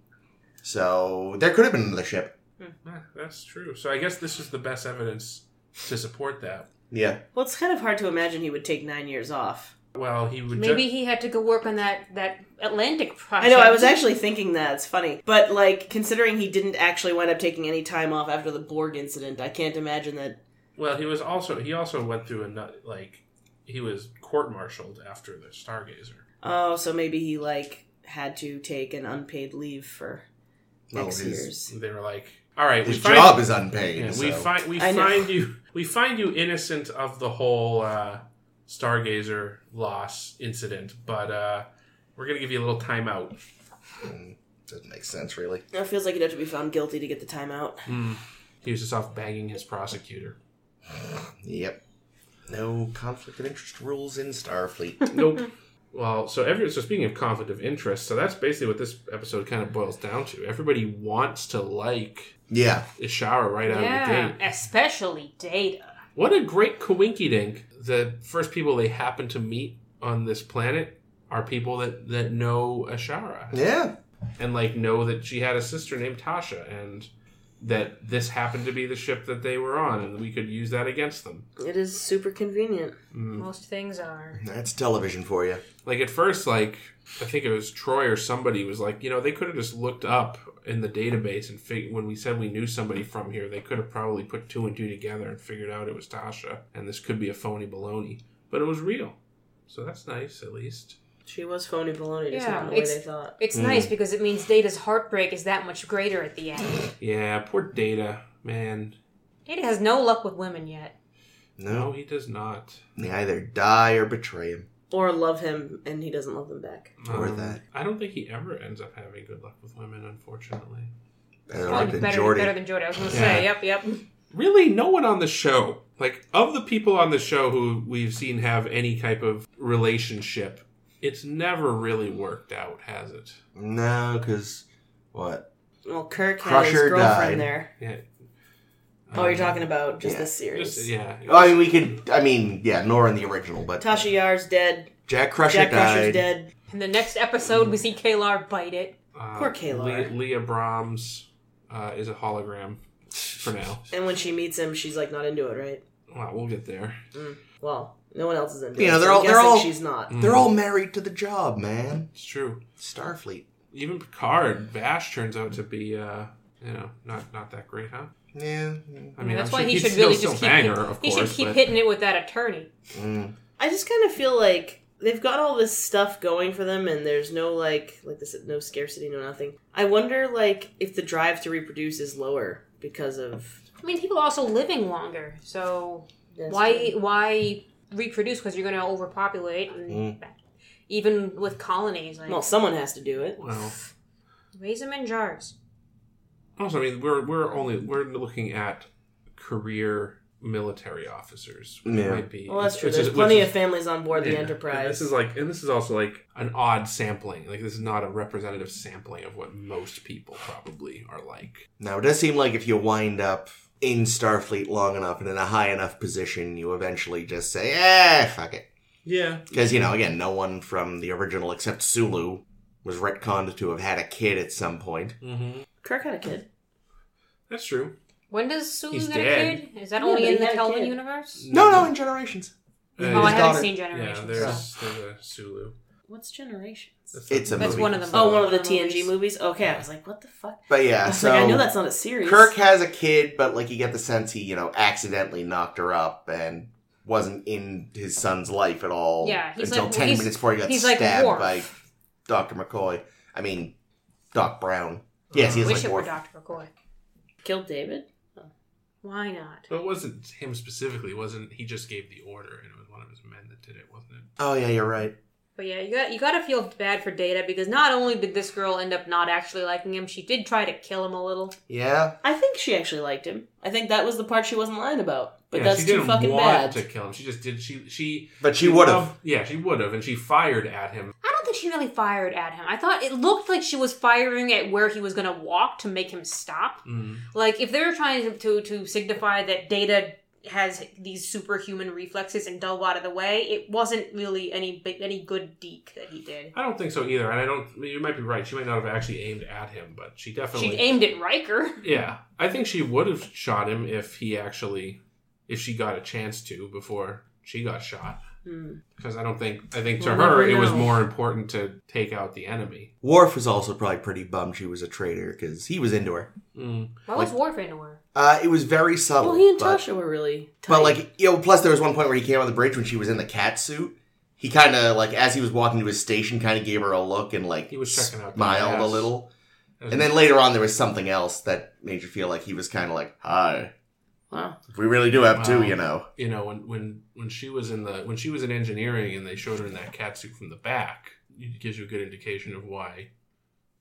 Speaker 3: So there could have been another ship.
Speaker 5: Eh, that's true. So I guess this is the best evidence to support that.
Speaker 3: Yeah.
Speaker 1: Well, it's kind of hard to imagine he would take nine years off.
Speaker 5: Well, he would
Speaker 4: Maybe he had to go work on that that Atlantic
Speaker 1: I
Speaker 4: project.
Speaker 1: know. I was actually thinking that. It's funny, but like considering he didn't actually wind up taking any time off after the Borg incident, I can't imagine that.
Speaker 5: Ju- well, he was also he also went through another like he was court martialed after the Stargazer.
Speaker 1: Oh, so maybe he like had to take an unpaid leave for
Speaker 3: Well,
Speaker 1: X
Speaker 3: his-
Speaker 1: years.
Speaker 5: They were like, "All right,
Speaker 3: His
Speaker 5: we find
Speaker 3: job is unpaid.
Speaker 5: Yeah,
Speaker 3: so.
Speaker 5: we find we
Speaker 1: I know.
Speaker 5: find you we find you innocent of the whole uh, Stargazer loss incident, but uh, we're gonna give you a little timeout.
Speaker 3: Mm, doesn't make sense really.
Speaker 1: It feels like he'd have to be found guilty to get the time out.
Speaker 5: He was just off banging
Speaker 1: *laughs*
Speaker 5: his prosecutor.
Speaker 3: Yep. No conflict of interest rules
Speaker 5: *laughs*
Speaker 3: in Starfleet.
Speaker 5: Nope. well, so every so speaking of conflict of interest, so that's basically what this episode kind of boils down to. Everybody wants to like
Speaker 3: yeah.
Speaker 5: Ishara right out of
Speaker 4: yeah,
Speaker 5: the gate.
Speaker 4: especially Data.
Speaker 5: What a great coinky dink! The first people they happen to meet on this planet are people that that know Ashara.
Speaker 3: Yeah.
Speaker 5: and like know that she had a sister named Tasha and that this happened to be the ship that they were on and we could use that against them. Mm.
Speaker 1: It is super convenient.
Speaker 4: Most things are.
Speaker 3: That's television for you.
Speaker 5: Like at first like I think it was Troy or somebody was like, you know, they could have just looked up in the database and fig- when we said we knew somebody from here, they could have probably put two and two together and figured out it was Tasha and this could be a phony baloney, but it was real. So that's nice at least.
Speaker 1: She was phony baloney, just
Speaker 4: Yeah,
Speaker 1: not in the way
Speaker 4: it's-
Speaker 1: they thought.
Speaker 4: It's
Speaker 5: Mm.
Speaker 4: nice because it means Data's heartbreak is that much greater at the end.
Speaker 5: Yeah, poor Data, man.
Speaker 4: Data has no luck with women yet.
Speaker 5: No,
Speaker 3: No.
Speaker 5: he does not.
Speaker 3: They either die or betray him.
Speaker 1: Or love him and he doesn't love them back.
Speaker 3: Or that.
Speaker 5: Um, I don't think he ever ends up having good luck with women, unfortunately.
Speaker 3: Better
Speaker 4: Probably
Speaker 3: luck than
Speaker 4: better,
Speaker 3: Geordi.
Speaker 4: better than Jordy. I was gonna
Speaker 5: Yeah.
Speaker 4: say, yep, yep.
Speaker 5: Really, no one on the show, like of the people on the show who we've seen have any type of relationship, it's never really worked out, has it?
Speaker 3: No, because what?
Speaker 1: Well, Kirk had
Speaker 3: Crusher
Speaker 1: his girlfriend
Speaker 3: died.
Speaker 1: there.
Speaker 5: Yeah. Um,
Speaker 1: Oh, you're talking about just
Speaker 3: Yeah.
Speaker 1: this series.
Speaker 5: Just, yeah.
Speaker 3: Oh, I mean, we could. I mean, yeah, Nora in the original, but
Speaker 1: Tasha Yar's dead.
Speaker 3: Jack Crusher
Speaker 1: Jack
Speaker 3: died.
Speaker 1: Crusher's dead.
Speaker 4: In the next episode, we see Kalar bite it.
Speaker 5: Uh,
Speaker 1: Poor Kalar.
Speaker 5: Le- Leah Brahms uh, is a hologram
Speaker 4: *laughs*
Speaker 5: for now.
Speaker 1: And when she meets him, she's like not into it, right?
Speaker 5: Well, we'll get there.
Speaker 1: Well, no one else is into
Speaker 3: You
Speaker 1: it.
Speaker 3: know, they're
Speaker 1: so I'm
Speaker 3: all- they're
Speaker 1: guessing
Speaker 3: all-
Speaker 1: She's not.
Speaker 3: They're
Speaker 5: Mm.
Speaker 3: all married to the job, man.
Speaker 5: It's true.
Speaker 3: Starfleet.
Speaker 5: Even Picard, Bash turns out to be, uh, you know, not not that great, huh?
Speaker 3: Yeah.
Speaker 5: I mean,
Speaker 4: Mm, That's
Speaker 5: I'm
Speaker 4: why
Speaker 5: sure
Speaker 4: he
Speaker 5: he'd
Speaker 4: should
Speaker 5: still-
Speaker 4: really
Speaker 5: still
Speaker 4: just keep.
Speaker 5: bang her, of
Speaker 4: he
Speaker 5: course,
Speaker 4: should keep
Speaker 5: but-
Speaker 4: hitting it with that attorney.
Speaker 3: Mm.
Speaker 1: I just kind of feel like they've got all this stuff going for them, and there's no like like this no scarcity, no nothing. I wonder like if the drive to reproduce is lower because of
Speaker 4: I mean, people are also living longer, so
Speaker 1: That's
Speaker 4: why
Speaker 1: true.
Speaker 4: why reproduce? Because you're going to overpopulate, and
Speaker 5: Mm.
Speaker 4: even with colonies, like
Speaker 1: Well, someone has to do it.
Speaker 5: Well,
Speaker 4: raise them in jars.
Speaker 5: Also, I mean, we're we're only we're looking at career military officers. Which
Speaker 3: Yeah.
Speaker 5: might be
Speaker 1: Well, that's true.
Speaker 5: which
Speaker 1: There's
Speaker 5: is-
Speaker 1: plenty
Speaker 5: which
Speaker 1: of families on board the
Speaker 5: yeah.
Speaker 1: Enterprise.
Speaker 5: This is like, and this is also like an odd sampling. Like this is not a representative sampling of what most people probably are like.
Speaker 3: Now, it does seem like if you wind up in Starfleet long enough and in a high enough position, you eventually just say, eh, fuck it.
Speaker 5: Yeah,
Speaker 3: Because, you know, again, no one from the original except Sulu was retconned to have had a kid at some point.
Speaker 5: mm-hmm.
Speaker 1: Kirk had a kid.
Speaker 5: that's true.
Speaker 4: When does Sulu
Speaker 5: He's
Speaker 4: get a
Speaker 5: dead.
Speaker 4: kid? Is that
Speaker 1: Yeah,
Speaker 4: only
Speaker 1: but
Speaker 4: in
Speaker 1: he
Speaker 4: the
Speaker 1: had a
Speaker 4: Kelvin
Speaker 1: kid.
Speaker 4: universe?
Speaker 3: No, no, in Generations.
Speaker 5: Uh,
Speaker 4: oh, I
Speaker 3: his
Speaker 4: haven't
Speaker 3: daughter-
Speaker 4: seen
Speaker 5: yeah.
Speaker 4: Generations.
Speaker 5: There's, there's a Sulu.
Speaker 1: What's Generations?
Speaker 3: It's a
Speaker 4: That's
Speaker 3: movie.
Speaker 4: one of them.
Speaker 1: Oh,
Speaker 5: uh,
Speaker 1: one of the
Speaker 4: One of the
Speaker 1: TNG
Speaker 4: movies.
Speaker 1: movies. Okay, I was like, what the fuck?
Speaker 3: But
Speaker 1: I
Speaker 3: yeah,
Speaker 1: was
Speaker 3: so
Speaker 1: like, I know that's not a series.
Speaker 3: Kirk has a kid, but like you get the sense he, you know, accidentally knocked her up and wasn't in his son's life at all.
Speaker 4: Yeah, he's
Speaker 3: until
Speaker 4: like-
Speaker 3: ten
Speaker 4: he's-
Speaker 3: minutes before he got
Speaker 4: he's like
Speaker 3: stabbed
Speaker 4: Worf.
Speaker 3: by Doctor McCoy. I mean, Doc Brown. Yes,
Speaker 4: I
Speaker 3: he's
Speaker 4: wish
Speaker 3: like
Speaker 4: it were
Speaker 3: Worf.
Speaker 4: Dr. McCoy.
Speaker 1: killed David.
Speaker 4: Why not?
Speaker 5: But it wasn't him specifically. It wasn't he just gave the order, and it was one of his men that did it, wasn't it?
Speaker 3: Oh yeah, you're right.
Speaker 4: But yeah, you got you got to feel bad for Data because not only did this girl end up not actually liking him, she did try to kill him a little.
Speaker 3: Yeah,
Speaker 1: I think she actually liked him. I think that was the part she wasn't lying about. But
Speaker 5: yeah,
Speaker 1: that's
Speaker 5: she
Speaker 1: too
Speaker 5: didn't
Speaker 1: fucking
Speaker 5: want
Speaker 1: bad.
Speaker 5: to kill him. She just did. She she
Speaker 3: but she would have.
Speaker 5: loved- Yeah, she would have, and she fired at him.
Speaker 4: I don't think she really fired at him. I thought it looked like she was firing at where he was going to walk to make him stop.
Speaker 5: Mm.
Speaker 4: Like if they were trying to to, to signify that Data has these superhuman reflexes and dove out of the way, it wasn't really any big- any good deek that he did.
Speaker 5: I don't think so either, and I don't. You might be right. She might not have actually aimed at him, but she definitely
Speaker 4: She aimed at Riker.
Speaker 5: Yeah, I think she would have shot him if he actually, if she got a chance to before she got shot.
Speaker 1: Hmm.
Speaker 5: Because I don't think I think to
Speaker 1: We'll
Speaker 5: her
Speaker 1: never
Speaker 5: it was
Speaker 1: know.
Speaker 5: more important to take out the enemy.
Speaker 3: Worf was also probably pretty bummed she was a traitor because he was into her.
Speaker 5: Mm.
Speaker 4: Why was Worf into her?
Speaker 3: Uh, it was very subtle.
Speaker 1: Well, he and
Speaker 3: but-
Speaker 1: Tasha were really. Tight.
Speaker 3: But like, you know, plus there was one point where he came on the bridge when she was in the cat suit. He kind of like as he was walking to his station, kind of gave her a look and like
Speaker 5: He was checking out the
Speaker 3: smiled a
Speaker 5: ass.
Speaker 3: little. And then later on, there was something else that made you feel like he was kind of like, "Hi,
Speaker 1: wow,
Speaker 3: we really do have two,
Speaker 5: Wow.
Speaker 3: you know."
Speaker 5: you know when when when she was in the when she was in engineering and they showed her in that cat suit from the back, it gives you a good indication of why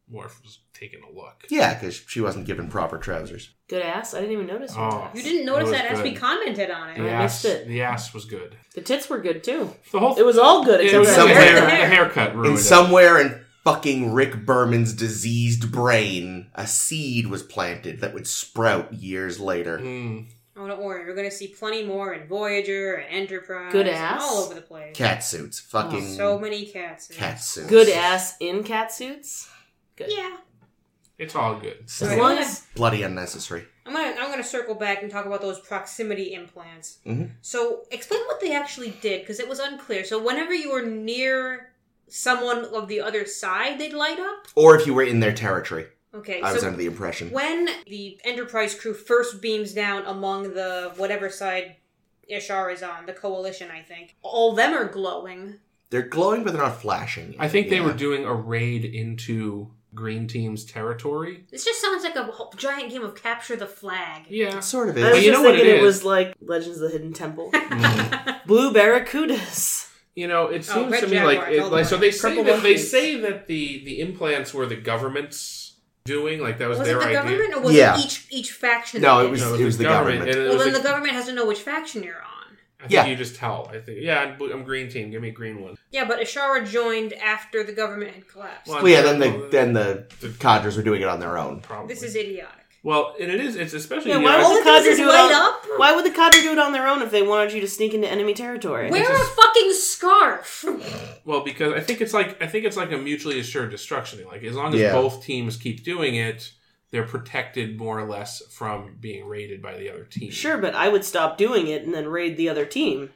Speaker 5: Worf was taking a look.
Speaker 3: Yeah, because she wasn't given proper trousers.
Speaker 1: good ass. I didn't even notice. her
Speaker 5: Oh.
Speaker 1: ass.
Speaker 4: You didn't
Speaker 5: notice
Speaker 4: notice
Speaker 5: was
Speaker 4: that
Speaker 5: that as
Speaker 4: as
Speaker 5: good.
Speaker 4: we
Speaker 5: we
Speaker 4: commented on it.
Speaker 5: The
Speaker 1: I missed
Speaker 5: ass,
Speaker 1: it.
Speaker 5: the ass was good.
Speaker 1: The tits were good too.
Speaker 5: The whole
Speaker 1: It was all good
Speaker 5: it
Speaker 1: except
Speaker 5: was
Speaker 1: for
Speaker 5: some
Speaker 1: that
Speaker 5: hair,
Speaker 1: hair.
Speaker 5: the haircut ruined
Speaker 3: And
Speaker 5: it.
Speaker 3: somewhere in fucking Rick Berman's diseased brain, a seed was planted that would sprout years later.
Speaker 5: Mm.
Speaker 4: Oh, don't worry. You're going to see plenty more in Voyager and Enterprise.
Speaker 1: Good
Speaker 4: and
Speaker 1: ass.
Speaker 4: All over the place.
Speaker 3: Cat suits, fucking
Speaker 4: Oh, So many cats. in
Speaker 3: cat
Speaker 4: it.
Speaker 3: suits.
Speaker 1: Good ass in cat suits. Good.
Speaker 4: Yeah.
Speaker 5: It's all good.
Speaker 1: As
Speaker 4: Right.
Speaker 1: long as
Speaker 3: bloody unnecessary.
Speaker 4: I'm gonna I'm gonna circle back and talk about those proximity implants.
Speaker 3: Mhm.
Speaker 4: So explain what they actually did because it was unclear. So whenever you were near someone of the other side, they'd light up.
Speaker 3: Or if you were in their territory,
Speaker 4: Okay.
Speaker 3: I was
Speaker 4: so
Speaker 3: under the impression.
Speaker 4: when the Enterprise crew first beams down among the whatever side Ishar is on, the Coalition, I think, all them are glowing.
Speaker 3: They're glowing, but they're not flashing.
Speaker 5: I think they
Speaker 3: Yeah.
Speaker 5: were doing a raid into Green Team's territory.
Speaker 4: This just sounds like a whole giant game of capture the flag.
Speaker 5: Yeah.
Speaker 3: It sort of
Speaker 1: I
Speaker 5: But
Speaker 1: was
Speaker 3: is.
Speaker 5: you
Speaker 1: just
Speaker 5: know what
Speaker 1: thinking
Speaker 5: it
Speaker 1: it,
Speaker 5: is?
Speaker 1: was like Legends of the Hidden
Speaker 5: *laughs*
Speaker 1: Temple,
Speaker 4: Mm. *laughs*
Speaker 1: blue barracudas.
Speaker 5: You know, it
Speaker 4: Oh,
Speaker 5: seems
Speaker 4: Red
Speaker 5: to me
Speaker 4: Jaguars,
Speaker 5: like, it,
Speaker 4: all the
Speaker 5: like so they say
Speaker 1: Purple
Speaker 5: that they
Speaker 1: monkeys.
Speaker 5: say that the the implants were the government's doing, like that was,
Speaker 4: Was it
Speaker 5: their
Speaker 4: the
Speaker 5: idea.
Speaker 4: government or was
Speaker 3: Yeah.
Speaker 4: it each each faction?
Speaker 3: No,
Speaker 4: that
Speaker 3: it
Speaker 4: did
Speaker 3: was-
Speaker 5: No,
Speaker 3: it was the government.
Speaker 5: and it
Speaker 4: Well,
Speaker 5: was
Speaker 4: then
Speaker 5: the-
Speaker 4: the government has to know which faction you're on.
Speaker 5: I think
Speaker 3: Yeah.
Speaker 5: you just tell. I think yeah, I'm, blue- I'm green team. Give me a green one.
Speaker 4: Yeah, but Ashara joined after the government had collapsed.
Speaker 5: Well,
Speaker 3: Well, yeah, then
Speaker 5: Well,
Speaker 3: the then the codgers were doing it on their own.
Speaker 5: Probably.
Speaker 4: this is idiotic.
Speaker 5: Well, and it is. It's especially
Speaker 1: Yeah,
Speaker 5: you
Speaker 1: why
Speaker 5: know,
Speaker 1: would
Speaker 4: All
Speaker 1: the
Speaker 4: it does
Speaker 1: cadre
Speaker 4: is
Speaker 1: do it
Speaker 4: light
Speaker 1: on-
Speaker 4: up.
Speaker 1: Why would the cadre do it on their own if they wanted you to sneak into enemy territory?
Speaker 4: Wear
Speaker 5: This
Speaker 4: a
Speaker 5: is-
Speaker 4: fucking scarf.
Speaker 5: Well, because I think it's like I think it's like a mutually assured destruction. thing. Like as long as
Speaker 3: Yeah.
Speaker 5: both teams keep doing it, they're protected more or less from being raided by the other team.
Speaker 1: Sure, but I would stop doing it and then raid the other team.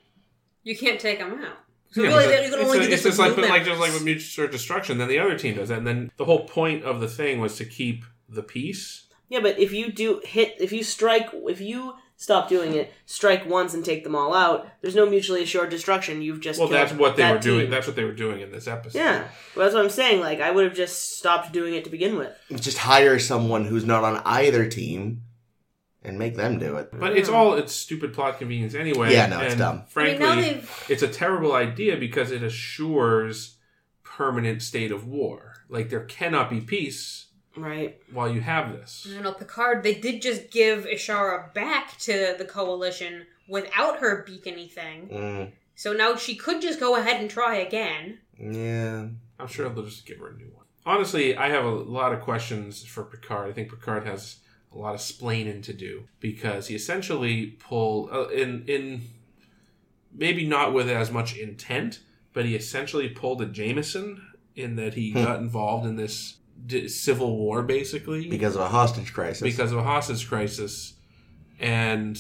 Speaker 4: You can't take them out. So
Speaker 5: Yeah,
Speaker 4: really,
Speaker 5: but
Speaker 4: you can only
Speaker 5: it's
Speaker 4: do
Speaker 5: a-
Speaker 4: this
Speaker 5: it's just
Speaker 4: with
Speaker 5: like, but
Speaker 4: new
Speaker 5: like just like
Speaker 4: members.
Speaker 5: with mutual destruction. Then the other team does that, and then the whole point of the thing was to keep the peace.
Speaker 1: Yeah, but if you do hit, if you strike, if you stop doing it, strike once and take them all out. There's no mutually assured destruction. You've just
Speaker 5: Well,
Speaker 1: killed
Speaker 5: that's what they
Speaker 1: that
Speaker 5: were doing.
Speaker 1: team.
Speaker 5: That's what they were doing in this episode.
Speaker 1: yeah, well, that's what I'm saying. Like I would have just stopped doing it to begin with.
Speaker 3: Just hire someone who's not on either team and make them do it.
Speaker 5: but it's all it's stupid plot convenience anyway.
Speaker 3: Yeah, no, it's
Speaker 5: and
Speaker 4: Mm.
Speaker 3: dumb.
Speaker 4: I mean,
Speaker 5: Frankly,
Speaker 4: now they've-
Speaker 5: it's a terrible idea because it assures permanent state of war. Like there cannot be peace
Speaker 1: Right.
Speaker 5: while you have this.
Speaker 4: I don't know, Picard. They did just give Ishara back to the coalition without her beacony thing.
Speaker 3: Mm,
Speaker 4: So now she could just go ahead and try again.
Speaker 3: yeah.
Speaker 5: I'm sure they'll just give her a new one. Honestly, I have a lot of questions for Picard. I think Picard has a lot of splaining to do because he essentially pulled uh, in in maybe not with as much intent, but he essentially pulled a Jameson in that he
Speaker 3: Hmm.
Speaker 5: got involved in this d- civil war basically
Speaker 3: Because of a hostage crisis.
Speaker 5: because of a hostage crisis. And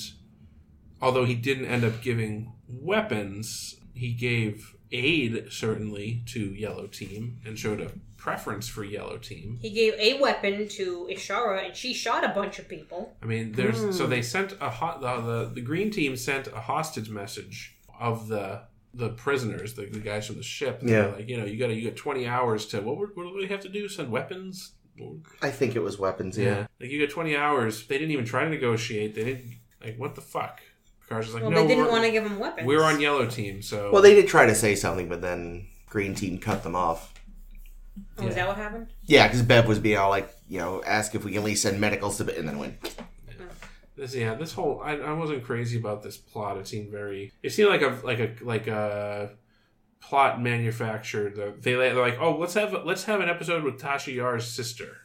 Speaker 5: although he didn't end up giving weapons, he gave aid certainly to Yellow Team and showed a preference for Yellow Team.
Speaker 4: He gave a weapon to Ishara and she shot a bunch of people.
Speaker 5: I mean, there's
Speaker 1: Hmm.
Speaker 5: so they sent a hot the, the the green team sent a hostage message of the the prisoners, the, the guys from the ship. They were
Speaker 3: Yeah.
Speaker 5: like you know, you got to you got 20 hours to what would- what do they have to do? Send weapons?
Speaker 3: I think it was weapons, yeah.
Speaker 5: Yeah. Like you got 20 hours. They didn't even try to negotiate. They didn't like what the fuck. Picard's just like
Speaker 4: Well,
Speaker 5: no,
Speaker 4: they didn't
Speaker 5: we're,
Speaker 4: want to give him weapons.
Speaker 5: we're on yellow team. So
Speaker 3: Well, they did try to say something, but then Green Team cut them off.
Speaker 4: Oh, is that what happened?
Speaker 3: Yeah, because Bev was being all like, you know, ask if we can at least send medicals to, and then went,
Speaker 5: this yeah, this whole I, I wasn't crazy about this plot. It seemed very it seemed like a like a like a plot manufactured. They they're like, "Oh, let's have let's have an episode with Tasha Yar's sister."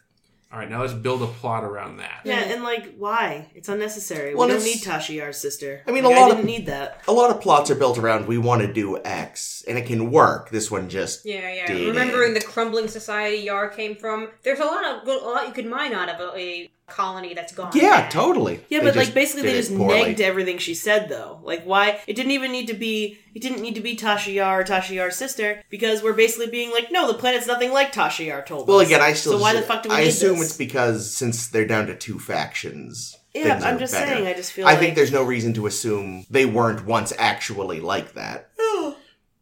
Speaker 5: All right, now let's build a plot around that.
Speaker 1: Yeah, and like, why? It's unnecessary.
Speaker 3: Well,
Speaker 1: we don't
Speaker 3: it's-
Speaker 1: need Tasha Yar's sister.
Speaker 3: I mean,
Speaker 1: Like,
Speaker 3: a lot
Speaker 1: I
Speaker 3: of-
Speaker 1: didn't need that.
Speaker 3: a lot of plots are built around we want to do X, and it can work. This one just.
Speaker 4: Yeah, yeah.
Speaker 3: Did
Speaker 4: Remembering
Speaker 3: it.
Speaker 4: the crumbling society Yar came from, there's a lot of a lot you could mine out of a, a colony that's gone.
Speaker 3: Yeah,
Speaker 4: bad.
Speaker 3: totally.
Speaker 1: Yeah,
Speaker 3: They
Speaker 1: but
Speaker 3: just
Speaker 1: like basically
Speaker 3: did
Speaker 1: they
Speaker 3: it
Speaker 1: just
Speaker 3: poorly.
Speaker 1: negged everything she said though. Like why it didn't even need to be it didn't need to be Tasha Yar or Tasha Yar's sister because we're basically being like, no, the planet's nothing like Tasha Yar told
Speaker 3: Well,
Speaker 1: us.
Speaker 3: again, I still.
Speaker 1: So why the fuck do we
Speaker 3: I
Speaker 1: need
Speaker 3: assume
Speaker 1: this?
Speaker 3: it's because since they're down to two factions.
Speaker 1: Yeah,
Speaker 3: things
Speaker 1: I'm
Speaker 3: are
Speaker 1: just
Speaker 3: better.
Speaker 1: saying, I just feel
Speaker 3: I
Speaker 1: like
Speaker 3: think there's no reason to assume they weren't once actually like that.
Speaker 1: *sighs*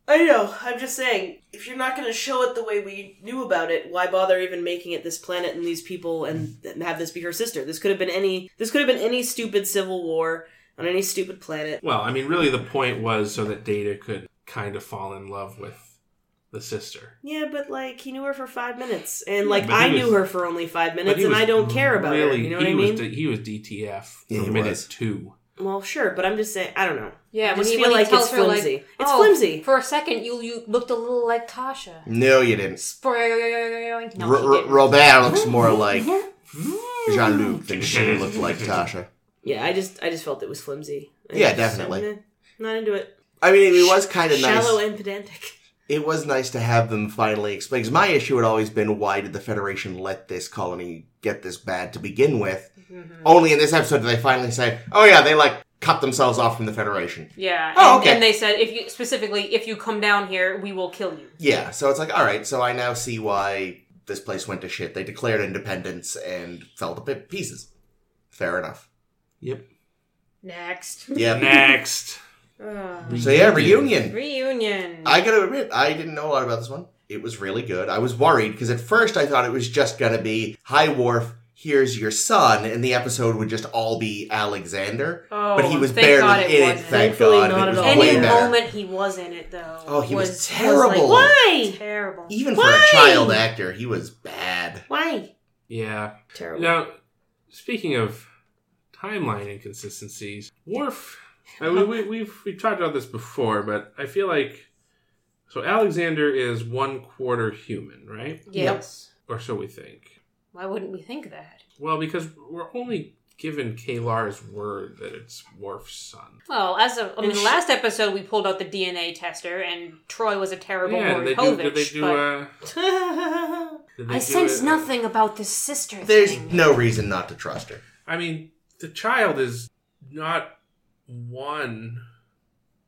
Speaker 1: I know. I'm just saying, if you're not going to show it the way we knew about it, why bother even making it this planet and these people and and have this be her sister? This could have been any. This could have been any stupid civil war on any stupid planet.
Speaker 5: Well, I mean, really the point was so that Data could kind of fall in love with the sister.
Speaker 1: Yeah, but like he knew her for five minutes, and like
Speaker 5: but
Speaker 1: I
Speaker 5: he
Speaker 1: knew
Speaker 5: was-
Speaker 1: her for only five minutes,
Speaker 5: he
Speaker 1: and
Speaker 5: was
Speaker 1: I don't care about her.
Speaker 5: really-
Speaker 1: You know
Speaker 5: he
Speaker 1: what I
Speaker 5: was
Speaker 1: mean?
Speaker 5: d- he was DTF
Speaker 3: Yeah, he
Speaker 5: from minute
Speaker 3: was.
Speaker 5: two.
Speaker 1: well, sure, but I'm just saying. I don't know. I
Speaker 4: Yeah, when
Speaker 1: just
Speaker 4: he,
Speaker 1: feel
Speaker 4: when
Speaker 1: like
Speaker 4: he tells
Speaker 1: it's
Speaker 4: her,
Speaker 1: flimsy.
Speaker 4: like,
Speaker 1: It's
Speaker 4: "Oh,
Speaker 1: flimsy.
Speaker 4: For a second, you you looked a little like Tasha.
Speaker 3: No, you didn't.
Speaker 4: Spring. No,
Speaker 3: R-
Speaker 4: he
Speaker 3: R-
Speaker 4: didn't.
Speaker 3: Robert
Speaker 1: *laughs*
Speaker 3: looks more like Jean Luc than she looked like Tasha.
Speaker 1: Yeah, I just I just felt it was flimsy. I
Speaker 3: Yeah,
Speaker 1: just-
Speaker 3: definitely.
Speaker 1: I'm Not into it.
Speaker 3: I mean, it was kind of nice.
Speaker 1: Shallow and pedantic.
Speaker 3: It was nice to have them finally explain. 'cause my issue had always been why did the Federation let this colony get this bad to begin with?
Speaker 1: Mm-hmm.
Speaker 3: Only in this episode did they finally say, oh yeah, they like cut themselves off from the Federation.
Speaker 4: Yeah.
Speaker 3: Oh,
Speaker 4: and,
Speaker 3: okay.
Speaker 4: and they said if you specifically if you come down here, we will kill you.
Speaker 3: Yeah, so it's like, all right, so I now see why this place went to shit. They declared independence and fell to pi- pieces. Fair enough.
Speaker 5: Yep.
Speaker 4: Next.
Speaker 3: Yeah.
Speaker 5: Next.
Speaker 4: Ugh.
Speaker 3: so yeah, reunion.
Speaker 4: Reunion.
Speaker 3: I gotta admit, I didn't know a lot about this one. It was really good. I was worried because at first I thought it was just gonna be Hi Worf, here's your son, and the episode would just all be Alexander.
Speaker 4: oh,
Speaker 3: but he was
Speaker 4: thank
Speaker 3: barely
Speaker 4: God it
Speaker 3: in it,
Speaker 4: wasn't.
Speaker 3: thank
Speaker 1: Thankfully
Speaker 3: God. and
Speaker 1: not
Speaker 3: it was
Speaker 1: at all.
Speaker 3: way
Speaker 4: Any
Speaker 3: better.
Speaker 4: moment he was in it though.
Speaker 3: Oh, he was
Speaker 4: was
Speaker 3: terrible.
Speaker 4: like,
Speaker 1: Why?
Speaker 4: terrible.
Speaker 3: Even
Speaker 1: Why?
Speaker 3: for a child actor, he was bad.
Speaker 1: Why?
Speaker 5: Yeah.
Speaker 1: Terrible.
Speaker 5: Now, speaking of timeline inconsistencies, Worf. I mean, we, we've we've talked about this before, but I feel like so Alexander is one quarter human, right?
Speaker 4: Yes.
Speaker 5: Or so we think.
Speaker 4: Why wouldn't we think that?
Speaker 5: Well, because we're only given Kalar's word that it's Worf's son.
Speaker 4: Well, as of I mean,
Speaker 1: And sh-
Speaker 4: last episode we pulled out the DNA tester, and Troy was a terrible
Speaker 5: yeah,
Speaker 4: yeah,
Speaker 5: did they do? Did they do? Uh,
Speaker 4: *laughs*
Speaker 5: did they do
Speaker 4: I sense
Speaker 5: it- uh,
Speaker 4: nothing about this sister.
Speaker 3: There's
Speaker 4: thing.
Speaker 3: no reason not to trust her.
Speaker 5: I mean, the child is not one,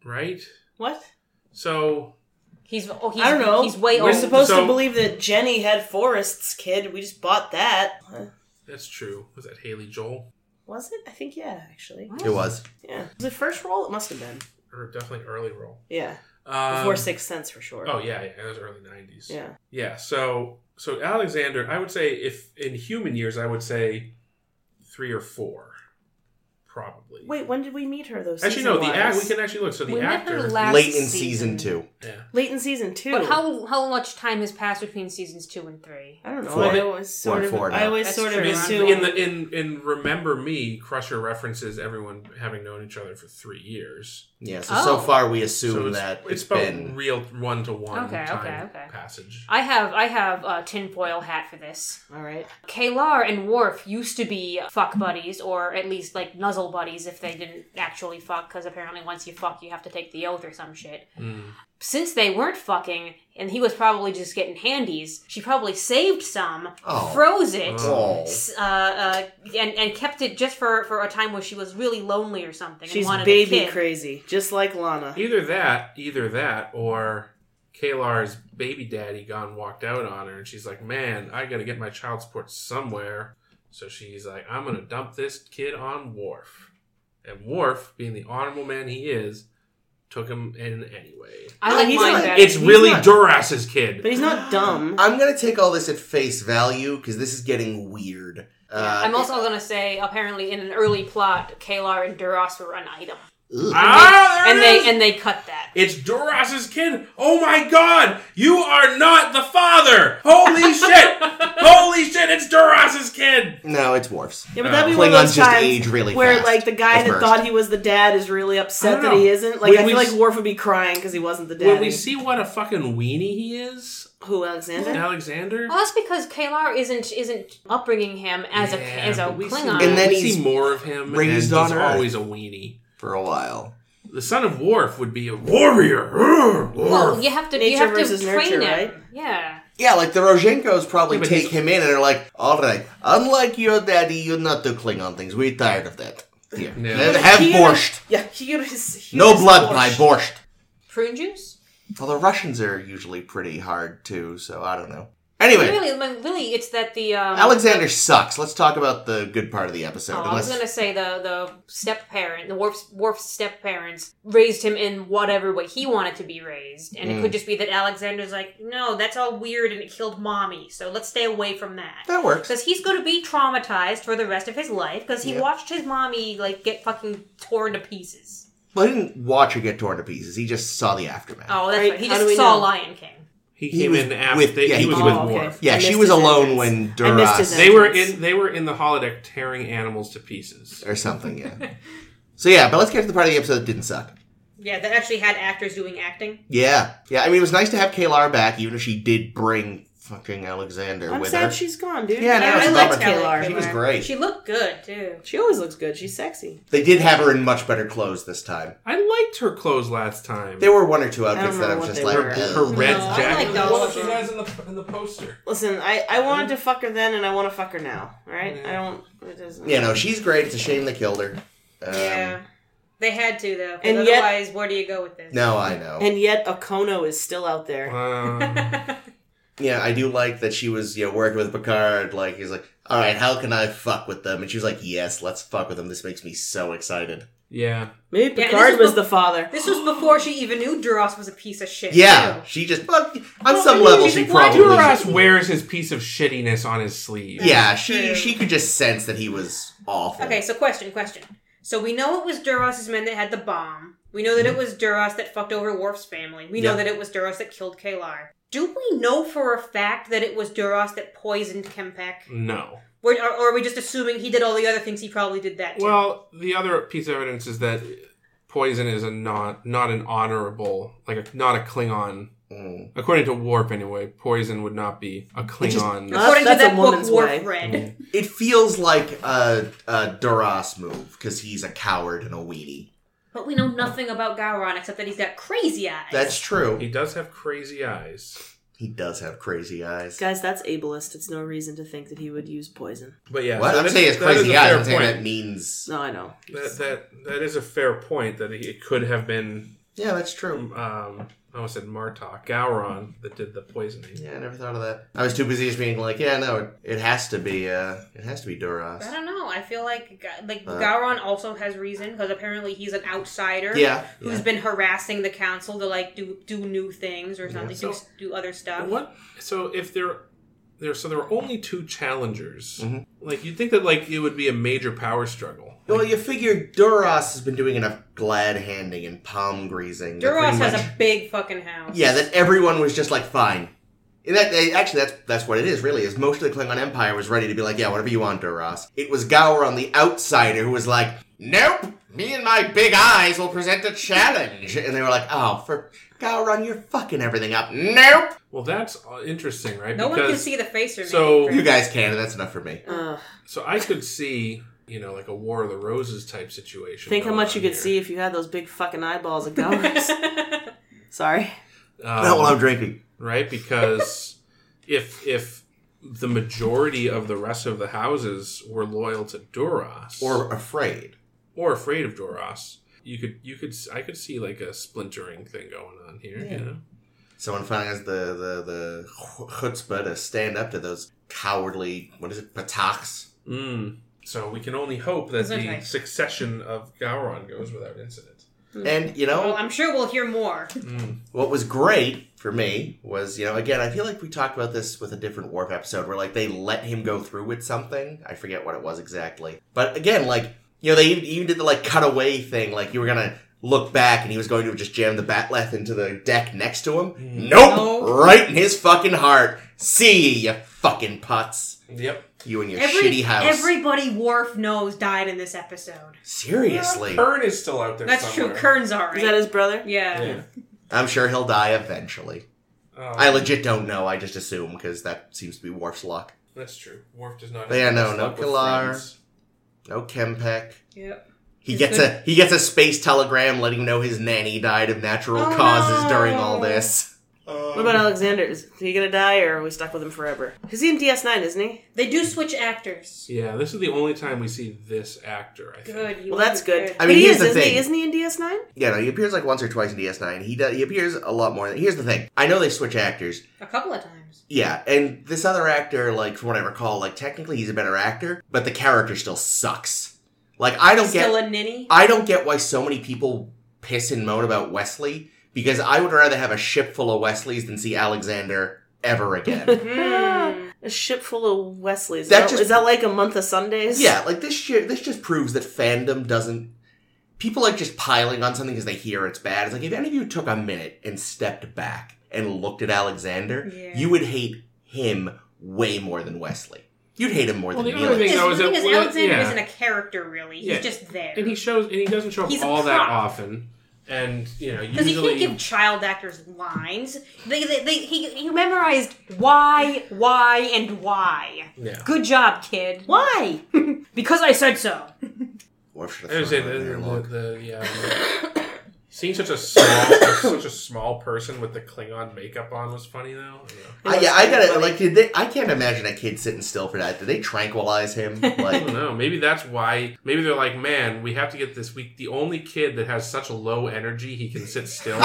Speaker 5: right?
Speaker 1: what?
Speaker 5: So
Speaker 4: He's oh, he's,
Speaker 1: I don't know.
Speaker 4: He's way
Speaker 1: We're
Speaker 4: old.
Speaker 1: supposed
Speaker 5: So-
Speaker 1: to believe that Jenny had Forrest's kid. We just bought that.
Speaker 5: that's true. Was that Haley Joel
Speaker 1: Was it? I think yeah, actually.
Speaker 3: It was.
Speaker 1: Yeah. Was it first roll? It must have been.
Speaker 5: or definitely early role?
Speaker 1: Yeah.
Speaker 5: Um,
Speaker 1: Before Sixth Sense for sure.
Speaker 5: Oh yeah, yeah, that was early nineties.
Speaker 1: Yeah.
Speaker 5: Yeah, so so Alexander, I would say if in human years, I would say three or four. probably.
Speaker 1: Wait, when did we meet her though?
Speaker 5: actually, no. The act. We
Speaker 1: season-wise?
Speaker 5: can actually look. So the
Speaker 4: We met her
Speaker 5: actor.
Speaker 4: last
Speaker 3: Late in season two.
Speaker 5: yeah.
Speaker 1: late in season two.
Speaker 4: But how how much time has passed between seasons two and three?
Speaker 1: I don't know.
Speaker 3: Four.
Speaker 1: I always sort
Speaker 3: We're
Speaker 1: of,
Speaker 3: four now.
Speaker 1: I always
Speaker 4: That's
Speaker 1: sort of
Speaker 4: true.
Speaker 5: In,
Speaker 4: Two.
Speaker 1: assume
Speaker 5: in the in in remember me, Crusher references everyone having known each other for three years.
Speaker 3: Yeah, so
Speaker 4: Oh.
Speaker 3: so far we assume
Speaker 5: it's,
Speaker 3: that
Speaker 5: it's
Speaker 3: it's
Speaker 5: about
Speaker 3: been
Speaker 5: real one to one
Speaker 4: Okay,
Speaker 5: time
Speaker 4: okay, okay.
Speaker 5: passage.
Speaker 4: I have I have a tinfoil hat for this.
Speaker 1: all right.
Speaker 4: Kalar and Worf used to be fuck buddies, or at least like nuzzle buddies if they didn't actually fuck, because apparently once you fuck, you have to take the oath or some shit.
Speaker 5: Hmm.
Speaker 4: Since they weren't fucking, and he was probably just getting handies, she probably saved some,
Speaker 3: Oh.
Speaker 4: froze it,
Speaker 3: Oh.
Speaker 4: s- uh, uh, and, and kept it just for, for a time where she was really lonely or something. and
Speaker 1: She's
Speaker 4: wanted a
Speaker 1: baby
Speaker 4: kid.
Speaker 1: crazy, just like Lana.
Speaker 5: Either that, either that, or Kalar's baby daddy gone walked out on her, and she's like, "Man, I got to get my child support somewhere." So she's like, "I'm gonna dump this kid on Worf," and Worf, being the honorable man he is, took him in anyway.
Speaker 4: I
Speaker 1: No,
Speaker 4: like
Speaker 1: he's
Speaker 4: mine
Speaker 1: not-
Speaker 4: better.
Speaker 5: It's
Speaker 1: he's
Speaker 5: really
Speaker 1: not-
Speaker 5: Duras's kid.
Speaker 1: But he's not dumb.
Speaker 3: I'm gonna take all this at face value because this is getting weird. Uh,
Speaker 4: I'm also gonna say apparently in an early plot, Kalar and Duras were an item,
Speaker 3: ugh.
Speaker 5: ah, there
Speaker 4: and
Speaker 5: it is!
Speaker 4: they and they cut that.
Speaker 5: It's Duras's kid. Oh my god! You are not the father. *laughs* Holy shit! Holy shit! It's Duras's kid.
Speaker 3: no, it's Worf's.
Speaker 1: Yeah, but that'd be
Speaker 3: Uh, Klingons
Speaker 1: one of those
Speaker 3: just
Speaker 1: times
Speaker 3: age really
Speaker 1: where,
Speaker 3: fast
Speaker 1: like, the guy
Speaker 3: at
Speaker 1: that
Speaker 3: first.
Speaker 1: thought he was the dad is really upset
Speaker 5: I
Speaker 1: that
Speaker 5: don't
Speaker 1: he
Speaker 5: know.
Speaker 1: isn't. Like,
Speaker 5: When
Speaker 1: I
Speaker 5: we
Speaker 1: feel like
Speaker 5: s-
Speaker 1: Worf would be crying because he wasn't the daddy.
Speaker 5: When we see what a fucking weenie he is,
Speaker 1: Who, Alexander?
Speaker 5: Alexander.
Speaker 4: Well, that's because Kalar isn't isn't upbringing him as
Speaker 5: Yeah,
Speaker 4: a as a
Speaker 5: but we
Speaker 4: Klingon.
Speaker 5: See,
Speaker 3: And then
Speaker 5: we
Speaker 3: he's
Speaker 5: see more of him.
Speaker 3: raised
Speaker 5: and
Speaker 3: on
Speaker 5: he's
Speaker 3: Earth.
Speaker 5: always a weenie.
Speaker 3: for a while.
Speaker 5: The son of Worf would be a warrior. Urgh,
Speaker 4: well,
Speaker 5: Worf.
Speaker 4: you have to you
Speaker 1: Nature
Speaker 4: have to
Speaker 1: versus
Speaker 4: train
Speaker 1: nurture,
Speaker 4: him.
Speaker 1: right?
Speaker 4: Yeah,
Speaker 3: Yeah, like the Rozhenkos probably
Speaker 5: Yeah, but
Speaker 3: take
Speaker 5: he's-
Speaker 3: him in and are like, "All right, unlike your daddy, you're not the Klingon things. We're tired of that. Here,
Speaker 5: Yeah.
Speaker 3: have, have
Speaker 1: Here-
Speaker 3: borscht.
Speaker 1: Yeah, here is. Here
Speaker 3: No
Speaker 1: is
Speaker 3: blood,
Speaker 1: Borscht.
Speaker 3: my borscht."
Speaker 4: prune juice.
Speaker 3: Well, the Russians are usually pretty hard too, so I don't know. Anyway,
Speaker 4: Really, I mean, really, it's that the um,
Speaker 3: Alexander sucks. Let's talk about the good part of the episode.
Speaker 4: Oh, I was
Speaker 3: Unless
Speaker 4: gonna say the the step parent, the Worf's, Worf's step parents raised him in whatever way he wanted to be raised, and
Speaker 3: Mm.
Speaker 4: it could just be that Alexander's like, no, that's all weird, and it killed mommy, so let's stay away from that.
Speaker 3: that works.
Speaker 4: Because he's going to be traumatized for the rest of his life because he watched his mommy like get fucking torn to pieces.
Speaker 3: Well, he didn't watch her get torn to pieces. He just saw the aftermath.
Speaker 4: Oh, that's
Speaker 1: Right,
Speaker 4: right. He
Speaker 1: how do we
Speaker 4: just saw
Speaker 1: know?
Speaker 4: Lion King.
Speaker 5: he
Speaker 3: he
Speaker 5: came
Speaker 3: was
Speaker 5: in after.
Speaker 3: with-
Speaker 5: they,
Speaker 3: yeah,
Speaker 5: he
Speaker 3: he
Speaker 5: was
Speaker 3: came
Speaker 5: with
Speaker 1: Oh, okay.
Speaker 5: Worf.
Speaker 3: yeah,
Speaker 1: I
Speaker 3: she
Speaker 1: missed
Speaker 3: was
Speaker 1: his
Speaker 3: alone
Speaker 1: entrance.
Speaker 3: when
Speaker 1: I missed his
Speaker 3: Duras
Speaker 5: They were
Speaker 1: entrance.
Speaker 5: in. They were in the holodeck tearing animals to pieces.
Speaker 3: or something.
Speaker 1: *laughs*
Speaker 3: Yeah. so yeah, but let's get to the part of the episode that didn't suck.
Speaker 4: Yeah, that actually had actors doing acting.
Speaker 3: Yeah, yeah. I mean, it was nice to have Kalar back, even if she did bring fucking Alexander
Speaker 1: I'm
Speaker 3: with
Speaker 1: sad
Speaker 3: her.
Speaker 1: she's gone, dude.
Speaker 3: Yeah, I know,
Speaker 1: I,
Speaker 3: it's
Speaker 1: I
Speaker 3: a
Speaker 1: liked
Speaker 4: bummer.
Speaker 1: Kalar.
Speaker 3: she
Speaker 1: She,
Speaker 3: was great.
Speaker 4: She looked good too.
Speaker 1: always looks good. She's sexy.
Speaker 3: They did have her in much better clothes this time.
Speaker 5: I liked her clothes last time.
Speaker 3: There were one or two
Speaker 1: don't
Speaker 3: outfits that I
Speaker 1: remember what
Speaker 3: was just
Speaker 1: they
Speaker 3: like,
Speaker 1: were.
Speaker 3: "Ugh."
Speaker 5: her red
Speaker 4: No, I
Speaker 5: jacket.
Speaker 4: like
Speaker 5: The one
Speaker 4: those.
Speaker 5: that she has in the in the poster.
Speaker 1: Listen, I, I wanted to fuck her then, and I want to fuck her now. All right? I don't. It doesn't.
Speaker 3: you know, she's great. It's a shame they killed her. Um,
Speaker 4: they had to though. 'cause
Speaker 1: And yet-
Speaker 4: where do you go with this?
Speaker 3: No, I know.
Speaker 1: And yet, Okono is still out there.
Speaker 4: *laughs*
Speaker 5: Um,
Speaker 3: yeah, I do like that she was, you know, working with Picard. Like, he's like, all right, how can I fuck with them? And she was like, yes, let's fuck with them. This makes me so excited.
Speaker 5: yeah.
Speaker 1: Maybe
Speaker 4: Yeah, and
Speaker 1: Picard
Speaker 4: this is
Speaker 1: was
Speaker 4: bef-
Speaker 1: the father.
Speaker 4: This was before she even knew Duras was a piece of shit.
Speaker 3: Yeah,
Speaker 4: too.
Speaker 3: she just, well, on
Speaker 5: Well, I
Speaker 3: some
Speaker 5: mean,
Speaker 3: level,
Speaker 5: she's
Speaker 3: she
Speaker 5: like, why
Speaker 3: probably.
Speaker 5: Duras wears his piece of shittiness on his sleeve.
Speaker 3: yeah, she she could just sense that he was awful.
Speaker 4: Okay, so question, question. So we know it was Duras's men that had the bomb. We know that it was Duras that fucked over Worf's family. We know
Speaker 3: Yeah.
Speaker 4: that it was Duras that killed Kalar. Do we know for a fact that it was Duras that poisoned
Speaker 5: Mm.
Speaker 4: Kempek?
Speaker 5: No.
Speaker 4: Or, or are we just assuming he did all the other things he probably did that too?
Speaker 5: Well, the other piece of evidence is that poison is a not not an honorable, like a, not a Klingon.
Speaker 3: Mm.
Speaker 5: According to Warp, anyway, poison would not be a Klingon.
Speaker 1: Well, that's-
Speaker 4: According to
Speaker 1: that's
Speaker 4: that
Speaker 1: a
Speaker 4: book
Speaker 1: woman's way.
Speaker 4: Worf
Speaker 5: Mm.
Speaker 4: read.
Speaker 3: It feels like a, a Duras move because he's a coward and a weenie.
Speaker 4: But we know nothing about Gowron except that he's got crazy eyes.
Speaker 3: That's
Speaker 5: he
Speaker 3: true.
Speaker 5: does have crazy eyes,
Speaker 3: He does have crazy eyes.
Speaker 1: Guys, that's ableist. It's no reason to think that he would use poison.
Speaker 5: but yeah,
Speaker 3: What?
Speaker 5: so
Speaker 3: I'm
Speaker 5: that
Speaker 3: saying
Speaker 5: is-
Speaker 3: it's
Speaker 5: that is
Speaker 3: crazy
Speaker 5: a
Speaker 3: eyes.
Speaker 5: fair
Speaker 3: I'm saying
Speaker 5: point.
Speaker 3: that means.
Speaker 1: No, I know.
Speaker 5: That, that that is a fair point that he, it could have been
Speaker 3: Yeah, that's true.
Speaker 5: um, I almost said Martok Gowron that did the poisoning.
Speaker 3: Yeah, I never thought of that. I was too busy just being like, yeah, no, it, it has to be, uh, it has to be Duras.
Speaker 4: I don't know. I feel like Ga- like
Speaker 3: Uh.
Speaker 4: Gowron also has reason because apparently he's an outsider.
Speaker 3: Yeah,
Speaker 4: who's
Speaker 3: yeah.
Speaker 4: been harassing the council to like do do new things or something, do,
Speaker 5: So-
Speaker 4: do other stuff.
Speaker 5: What? So if there, there, so there were only two challengers.
Speaker 3: Mhm.
Speaker 5: Like you'd think that like it would be a major power struggle.
Speaker 3: Well, you figure Duras has been doing enough glad handing and palm greasing. that
Speaker 4: Duros
Speaker 3: pretty
Speaker 4: has
Speaker 3: much-
Speaker 4: a big fucking house.
Speaker 3: Yeah, that everyone was just like fine. And that eh, actually, that's that's what it is. Really, is most of the Klingon Empire was ready to be like, yeah, whatever you want, Duras. It was Gower on the outsider who was like, nope, me and my big eyes will present a challenge. And they were like, oh, for Gowron, you're fucking everything up. Nope,
Speaker 5: Well, that's uh, interesting, right?
Speaker 4: no one can see the face or
Speaker 5: so-
Speaker 4: making
Speaker 3: you
Speaker 1: *laughs*
Speaker 4: for it.
Speaker 3: guys can. and That's enough for me.
Speaker 1: Ugh.
Speaker 5: So I could see, you know, like a War of the Roses type situation.
Speaker 1: think how
Speaker 5: going
Speaker 1: much you
Speaker 5: on
Speaker 1: could
Speaker 5: here.
Speaker 1: see if you had those big fucking eyeballs of
Speaker 4: *laughs*
Speaker 1: Gowers. *laughs* Sorry.
Speaker 5: Um,
Speaker 3: Not while I'm drinking.
Speaker 5: right? Because if if the majority of the rest of the houses were loyal to Duras
Speaker 3: Or afraid.
Speaker 5: or afraid of Duras, you could you could I could see like a splintering thing going on here.
Speaker 3: Yeah.
Speaker 5: You know,
Speaker 3: Someone finally has the the the chutzpah to stand up to those cowardly what is it pataks.
Speaker 5: mm. so we can only hope that
Speaker 4: Those
Speaker 5: the
Speaker 4: are nice.
Speaker 5: succession of Gowron goes without incident.
Speaker 3: And you know,
Speaker 4: Well, I'm sure we'll hear more.
Speaker 5: Mm.
Speaker 3: What was great for me was, you know, again, I feel like we talked about this with a different Warp episode where, like, they let him go through with something. I forget what it was exactly. But again, like, you know, they even- even did the, like, cutaway thing. Like, you were going to look back and he was going to just jam the batleth into the deck next to him. Nope!
Speaker 4: No.
Speaker 3: Right in his fucking heart. See ya, you fucking putz.
Speaker 5: Yep.
Speaker 3: You and your
Speaker 4: Every,
Speaker 3: shitty house.
Speaker 4: Everybody Worf knows died in this episode.
Speaker 3: Seriously.
Speaker 5: Kern is still out there.
Speaker 4: That's
Speaker 5: somewhere.
Speaker 4: true. Kern's alright.
Speaker 1: Is that his brother?
Speaker 4: yeah.
Speaker 5: Yeah.
Speaker 3: I'm sure he'll die eventually.
Speaker 5: Um,
Speaker 3: I legit don't know. I just assume because that seems to be Worf's luck.
Speaker 5: that's true. Worf does not.
Speaker 3: Yeah,
Speaker 5: have
Speaker 3: no,
Speaker 5: much
Speaker 3: no
Speaker 5: luck with
Speaker 3: Killar.
Speaker 5: friends.
Speaker 3: No Kempek.
Speaker 4: Yep.
Speaker 3: He
Speaker 4: It's
Speaker 3: gets
Speaker 4: good.
Speaker 3: a he gets a space telegram letting him know his nanny died of natural
Speaker 4: Oh,
Speaker 3: causes
Speaker 4: no.
Speaker 3: during all this.
Speaker 1: What about Alexander? Is he gonna die or are we stuck with him forever? Is he in DS9, isn't he?
Speaker 4: They do switch actors.
Speaker 5: Yeah, this is the only time we see this actor. I think.
Speaker 4: Good. You
Speaker 1: Well, that's
Speaker 4: are
Speaker 1: good.
Speaker 3: I
Speaker 1: But
Speaker 3: mean,
Speaker 1: he
Speaker 3: here's
Speaker 1: is,
Speaker 3: the
Speaker 1: isn't
Speaker 3: thing.
Speaker 1: he? Isn't he in DS9?
Speaker 3: Yeah, no, he appears like once or twice in DS9. He does, he appears a lot more. Here's the thing: I know they switch actors.
Speaker 4: A couple of times.
Speaker 3: Yeah, and this other actor, like from what I recall, like technically he's a better actor, but the character still sucks. Like I don't get
Speaker 4: Still a ninny.
Speaker 3: I don't get why so many people piss and moan about Wesley because I would rather have a ship full of Wesleys than see Alexander
Speaker 4: *laughs*
Speaker 3: ever again.
Speaker 4: Hmm.
Speaker 1: A ship full of Wesleys. Is
Speaker 3: That
Speaker 1: that,
Speaker 3: just-
Speaker 1: is that like a month of Sundays?
Speaker 3: yeah, like this shit. This just proves that fandom doesn't. People like just piling on something because they hear it's bad. It's like if any of you took a minute and stepped back and looked at Alexander,
Speaker 4: Yeah.
Speaker 3: you would hate him way more than Wesley. You'd hate him more
Speaker 5: Well,
Speaker 3: than
Speaker 5: the other
Speaker 3: Neelix.
Speaker 5: thing-
Speaker 4: Because
Speaker 5: that was a-
Speaker 4: the thing is,
Speaker 5: well, that-
Speaker 4: Alexander
Speaker 5: yeah.
Speaker 4: isn't a character really. He's
Speaker 5: Yeah.
Speaker 4: just there.
Speaker 5: And he shows, and he doesn't show up
Speaker 4: He's a
Speaker 5: all that
Speaker 4: prop.
Speaker 5: often. And you know,
Speaker 4: because he
Speaker 5: usually,
Speaker 4: can't give child actors lines. They, they, they, he, he memorized why, why, and why.
Speaker 5: yeah.
Speaker 4: Good job, kid. Why? *laughs* because I said so.
Speaker 3: Worf should
Speaker 5: I would
Speaker 3: have
Speaker 5: say
Speaker 3: thrown him
Speaker 5: the,
Speaker 3: in there
Speaker 5: the,
Speaker 3: long.
Speaker 5: the yeah, the- seeing such a small, *coughs* such a small person with the Klingon makeup on was funny though.
Speaker 3: I, yeah, I gotta like. Did they, I can't imagine a kid sitting still for that. Did they tranquilize him?
Speaker 5: I *laughs*
Speaker 3: Like,
Speaker 5: don't know. Maybe that's why. Maybe they're like, man, we have to get this week the only kid that has such a low energy he can sit still
Speaker 4: *laughs*
Speaker 5: for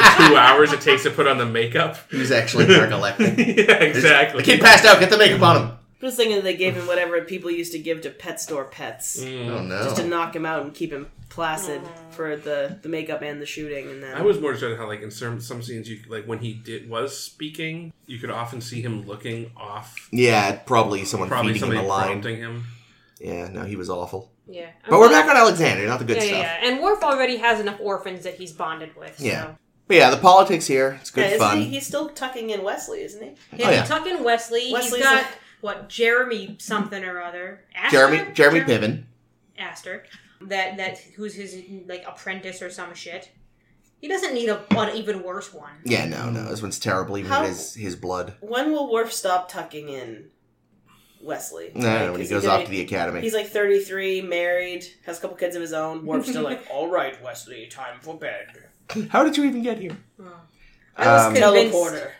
Speaker 5: the two hours it takes to put on the makeup. *laughs*
Speaker 3: he was actually narcoleptic.
Speaker 5: yeah, exactly.
Speaker 3: The kid passed out. Get the makeup on him.
Speaker 1: I'm just thinking they gave him whatever people used to give to pet store pets.
Speaker 5: Mm.
Speaker 3: Oh no!
Speaker 1: Just to knock him out and keep him placid for the, the makeup and the shooting and then
Speaker 5: I was more interested in how, like, in some some scenes, you like when he did was speaking, you could often see him looking off.
Speaker 3: yeah, probably someone
Speaker 5: Probably
Speaker 3: feeding him
Speaker 5: somebody
Speaker 3: a line.
Speaker 5: prompting him.
Speaker 3: Yeah, no, he was awful.
Speaker 4: Yeah.
Speaker 3: But we're back on Alexander, not the good
Speaker 4: yeah,
Speaker 3: stuff.
Speaker 4: yeah, yeah. And Worf already has enough orphans that he's bonded with. So.
Speaker 3: Yeah. But yeah, the politics here, it's
Speaker 1: Yeah,
Speaker 3: good
Speaker 1: isn't
Speaker 3: fun.
Speaker 1: he, he's still tucking in Wesley, isn't he?
Speaker 4: Yeah,
Speaker 3: Oh, yeah.
Speaker 4: Tuck and Wesley.
Speaker 1: Wesley's
Speaker 4: he's got
Speaker 1: a-
Speaker 4: what Jeremy something or other. Aster?
Speaker 3: Jeremy Jeremy Piven.
Speaker 4: Aster. That that who's his like apprentice or some shit. He doesn't need a an even worse one.
Speaker 3: Yeah, no, no, this one's terrible. Even
Speaker 1: How-
Speaker 3: his his blood.
Speaker 1: When will Worf stop tucking in Wesley?
Speaker 3: No,
Speaker 1: Like,
Speaker 3: no, when he
Speaker 1: is
Speaker 3: goes
Speaker 1: gonna-
Speaker 3: off to the academy.
Speaker 1: He's like 33, married, has a couple kids of his own.
Speaker 5: *laughs*
Speaker 1: Worf's still like, all right, Wesley, time for bed.
Speaker 3: How did you even get here?
Speaker 4: Oh.
Speaker 1: I was
Speaker 3: Um,
Speaker 4: Convinced.
Speaker 1: teleporter.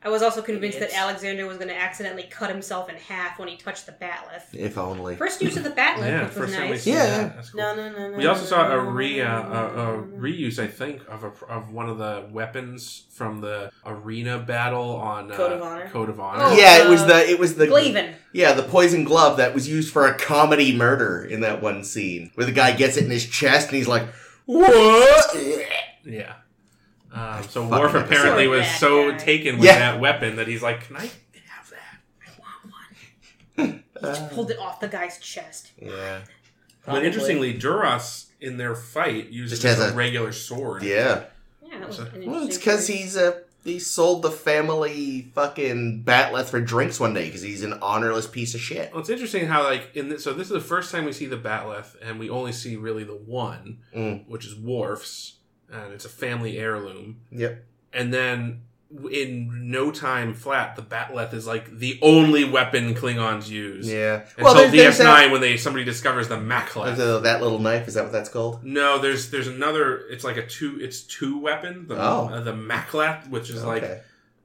Speaker 4: I was also convinced that
Speaker 1: Idiots.
Speaker 4: Alexander was going to accidentally cut himself in half when he touched the batleth.
Speaker 3: If only.
Speaker 4: First use of the batleth,
Speaker 5: Yeah,
Speaker 4: which was
Speaker 5: first time we
Speaker 4: nice.
Speaker 5: see
Speaker 3: Yeah.
Speaker 5: that. That's cool.
Speaker 1: No, no, no, no.
Speaker 5: We also saw a
Speaker 1: no, no,
Speaker 5: re uh,
Speaker 1: no, no,
Speaker 5: a, a
Speaker 1: no, no.
Speaker 5: reuse, I think, of a of one of the weapons from the arena battle on uh,
Speaker 1: Code of Honor?
Speaker 5: Code of Honor.
Speaker 4: Oh,
Speaker 3: yeah, it
Speaker 4: uh,
Speaker 3: was the it was the
Speaker 4: Glaven.
Speaker 3: yeah the poison glove that was used for a comedy murder in that one scene where the guy gets it in his chest and he's like, "What?"
Speaker 5: Yeah. Um, so
Speaker 3: fucking
Speaker 5: Worf
Speaker 3: hate this
Speaker 5: apparently
Speaker 4: guy.
Speaker 5: was so
Speaker 4: That guy.
Speaker 5: taken with
Speaker 3: Yeah.
Speaker 5: that weapon that he's like, "Can I have that?"
Speaker 3: Uh,
Speaker 4: Pulled it off the guy's chest.
Speaker 3: Yeah.
Speaker 1: Probably.
Speaker 5: But interestingly, Duras in their fight uses
Speaker 3: Just has
Speaker 5: just a,
Speaker 3: a-
Speaker 5: regular sword.
Speaker 3: Yeah.
Speaker 4: Yeah, that was
Speaker 5: So-
Speaker 4: an
Speaker 3: Well, it's
Speaker 4: interesting
Speaker 3: because
Speaker 4: choice.
Speaker 3: he's a he sold the family fucking batleth for drinks one day because he's an honorless piece of shit.
Speaker 5: Well, it's interesting how like in this, so this is the first time we see the Batleth, and we only see really the one,
Speaker 3: Mm.
Speaker 5: which is Worf's, and it's a family heirloom.
Speaker 3: Yep.
Speaker 5: And then in no time flat, the Batleth is like the only weapon Klingons use.
Speaker 3: Yeah.
Speaker 5: Until
Speaker 3: there's- there's
Speaker 5: DS9
Speaker 3: that,
Speaker 5: when they somebody discovers the
Speaker 3: there's
Speaker 5: Macleth.
Speaker 3: a- that little knife. Is that what that's called?
Speaker 5: No, there's there's another. It's like a two. It's two weapon. The,
Speaker 3: Oh.
Speaker 5: uh, the Macleth, which is like
Speaker 3: Okay.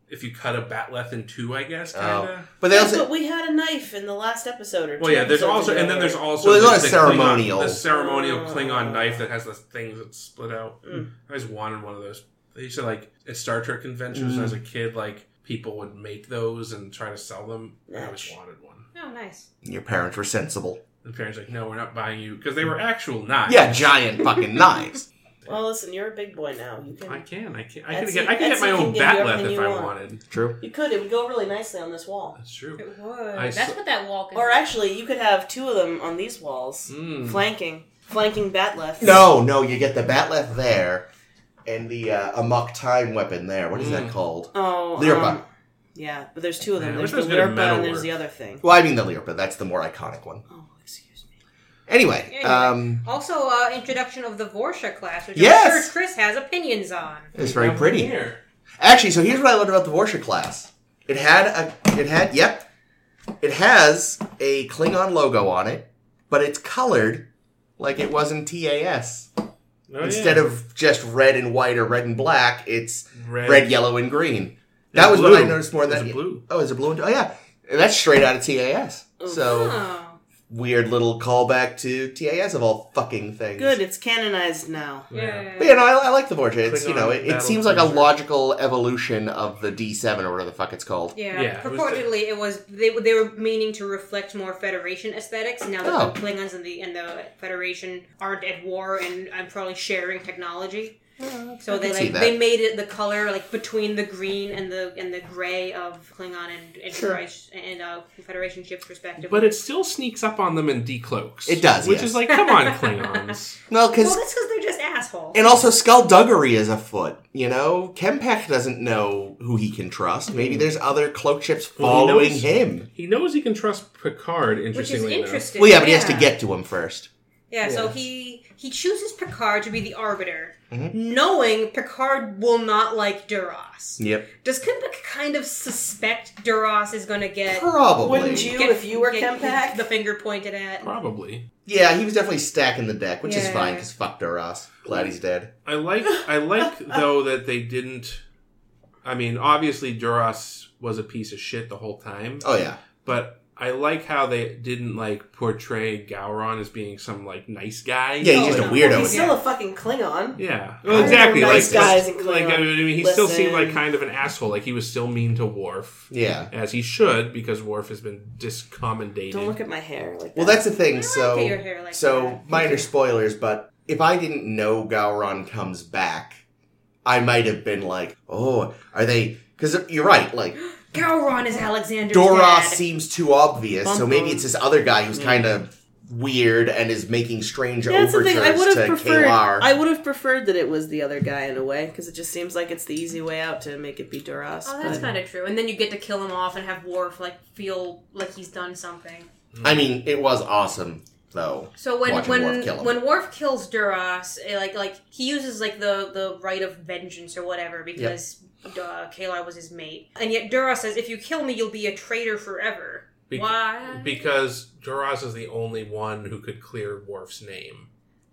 Speaker 5: if you cut a batleth in two, I guess.
Speaker 3: Oh.
Speaker 5: Kinda.
Speaker 3: But they also
Speaker 1: but we had a knife in the last episode or
Speaker 5: Well,
Speaker 1: two
Speaker 5: yeah. There's
Speaker 1: episodes
Speaker 5: also
Speaker 1: ago,
Speaker 5: and then there's
Speaker 1: right?
Speaker 5: also
Speaker 3: Well, there's
Speaker 5: this-
Speaker 3: a
Speaker 5: the Klingon-
Speaker 3: ceremonial.
Speaker 5: the ceremonial Klingon
Speaker 1: Oh.
Speaker 5: knife that has the things that split out.
Speaker 1: Mm.
Speaker 5: I always wanted one of those. They used to like at Star Trek conventions
Speaker 3: Mm.
Speaker 5: as a kid, like people would make those and try to sell them. I always
Speaker 1: Nice.
Speaker 5: wanted one.
Speaker 4: Oh, nice.
Speaker 3: *laughs* your parents were sensible.
Speaker 5: The parents like, no, we're not buying you because they were actual knives.
Speaker 3: Hmm. Yeah, giant *laughs* fucking knives.
Speaker 1: Well, listen, you're a big boy now. You
Speaker 5: I
Speaker 1: can.
Speaker 5: can, I can, I can
Speaker 1: Etsy-
Speaker 5: get, I can get my
Speaker 1: Etsy
Speaker 5: own
Speaker 1: can give you
Speaker 5: batleth
Speaker 1: everything
Speaker 5: if
Speaker 1: you
Speaker 5: I
Speaker 1: want.
Speaker 5: wanted.
Speaker 3: True.
Speaker 1: You could. It would go really nicely on this wall.
Speaker 5: That's true.
Speaker 4: It would.
Speaker 5: I
Speaker 4: That's
Speaker 5: saw-
Speaker 4: what that wall. could
Speaker 1: Or
Speaker 4: be.
Speaker 1: actually, you could have two of them on these walls,
Speaker 5: Mm.
Speaker 1: flanking, flanking batleth.
Speaker 3: No, no, you get the batleth there, and the uh, amok time weapon there. What is that
Speaker 5: Mm.
Speaker 3: called?
Speaker 1: Oh,
Speaker 3: Lyrpa.
Speaker 1: um, yeah, but there's two of them.
Speaker 5: Man, I
Speaker 1: there's the
Speaker 5: wish I was good at
Speaker 1: lyrpa
Speaker 5: metal
Speaker 1: and there's
Speaker 5: work.
Speaker 1: the other thing.
Speaker 3: Well, I mean the Lyrpa. That's the more iconic one.
Speaker 1: Oh, excuse me.
Speaker 3: Anyway,
Speaker 4: Anyway.
Speaker 3: um,
Speaker 4: Also, uh, introduction of the Vorsha class, which I'm
Speaker 3: Yes!
Speaker 4: sure Chris has opinions on.
Speaker 3: it's very pretty.
Speaker 5: Here.
Speaker 3: Actually, so here's what I learned about the Vorsha class. It had a, it had, yep, it has a Klingon logo on it, but it's colored like it was in TAS.
Speaker 5: Oh,
Speaker 3: Instead of just red and white or red and black, it's
Speaker 5: red,
Speaker 3: red, yellow, and green. That was what I noticed more than
Speaker 5: There's a blue.
Speaker 3: oh, is it blue and oh yeah, And that's straight out of TAS.
Speaker 1: Oof.
Speaker 3: So
Speaker 4: Oh.
Speaker 3: weird little callback to TAS of all fucking things.
Speaker 1: Good, it's canonized now.
Speaker 4: Yeah.
Speaker 3: But you know, I, I like the Vorta. It's you
Speaker 5: Klingon
Speaker 3: know, it, it
Speaker 5: battle
Speaker 3: seems like a
Speaker 5: cruiser.
Speaker 3: logical evolution of the D7 or whatever the fuck it's called.
Speaker 4: Yeah,
Speaker 5: Yeah, it was
Speaker 4: purportedly it was, they they were meaning to reflect more Federation aesthetics. Now that
Speaker 3: Oh.
Speaker 4: the Klingons and the and the Federation aren't at war and I'm probably sharing technology, so they
Speaker 3: can see
Speaker 4: like
Speaker 3: that.
Speaker 4: they made it the color like between the green and the and the gray of Klingon and Enterprise and uh, Federation ships respectively.
Speaker 5: But it still sneaks up on them and decloaks.
Speaker 3: It does,
Speaker 5: Which
Speaker 3: yes.
Speaker 5: is like, come on, Klingons. *laughs*
Speaker 3: Well,
Speaker 4: well,
Speaker 3: because
Speaker 4: that's because they're just assholes.
Speaker 3: and also skullduggery is afoot. You know, Kempek doesn't know who he can trust. Maybe there's other cloak ships
Speaker 5: Well, he
Speaker 3: following
Speaker 5: knows-
Speaker 3: him.
Speaker 5: He knows he can trust Picard,
Speaker 4: which is
Speaker 5: interestingly enough.
Speaker 4: interesting.
Speaker 3: Well, yeah, but he has to get to him first.
Speaker 4: Yeah, so
Speaker 5: Yeah.
Speaker 4: he he chooses Picard to be the arbiter,
Speaker 3: Mhm.
Speaker 4: knowing Picard will not like Duras.
Speaker 3: Yep,
Speaker 4: Does Kempek kind of suspect Duras is going to get
Speaker 3: probably.
Speaker 1: Wouldn't you if you were
Speaker 4: get
Speaker 1: Kempak?
Speaker 4: The finger pointed at.
Speaker 5: Probably.
Speaker 3: Yeah, he was definitely stacking the deck, which is
Speaker 4: Yeah.
Speaker 3: fine because fuck Duras. Glad he's dead.
Speaker 5: I like I like though that they didn't I mean, obviously Duras was a piece of shit the whole time.
Speaker 3: Oh yeah,
Speaker 5: But I like how they didn't like portray Gowron as being some like nice guy.
Speaker 3: yeah, he's
Speaker 4: Oh,
Speaker 3: just a
Speaker 4: no.
Speaker 3: weirdo.
Speaker 1: He's still a fucking Klingon.
Speaker 5: Yeah.
Speaker 3: I
Speaker 5: Well,
Speaker 3: don't
Speaker 5: exactly.
Speaker 1: know nice
Speaker 5: like,
Speaker 1: guys
Speaker 5: like,
Speaker 1: in
Speaker 5: like, I mean, he still seemed like
Speaker 1: Listen.
Speaker 5: kind of an asshole. Like he was still mean to Worf,
Speaker 3: yeah.
Speaker 5: as he should, because Worf has been discommendated.
Speaker 1: Don't look at my hair like
Speaker 3: Well,
Speaker 1: that.
Speaker 3: that's the thing.
Speaker 4: I like
Speaker 3: so
Speaker 4: that your hair like
Speaker 3: so
Speaker 4: that.
Speaker 3: minor spoilers, but if I didn't know Gowron comes back, I might have been like, "Oh, are they?" Because you're right. Like
Speaker 4: Gowron is Alexander's
Speaker 3: Doros
Speaker 4: dad.
Speaker 3: seems too obvious, so
Speaker 1: Bum
Speaker 3: maybe
Speaker 1: bum.
Speaker 3: it's this other guy who's kind of weird and is making strange
Speaker 1: That's the
Speaker 3: overtures
Speaker 1: thing. I would
Speaker 3: to
Speaker 1: have preferred.
Speaker 3: Kalar.
Speaker 1: I would have preferred that it was the other guy in a way, because it just seems like it's the easy way out to make it be Duras.
Speaker 4: Oh, that's
Speaker 1: but-
Speaker 4: kind of true. And then you get to kill him off and have Worf like feel like he's done something.
Speaker 3: I mean, it was awesome though.
Speaker 4: So when
Speaker 3: Watching
Speaker 4: when
Speaker 3: Worf kill him.
Speaker 4: when Worf kills Duras, eh, like like he uses like the the right of vengeance or whatever because uh, Kalar was his mate, and yet Duras says, "If you kill me, you'll be a traitor forever."
Speaker 5: Bec-
Speaker 4: Why?
Speaker 5: because Duras is the only one who could clear Worf's name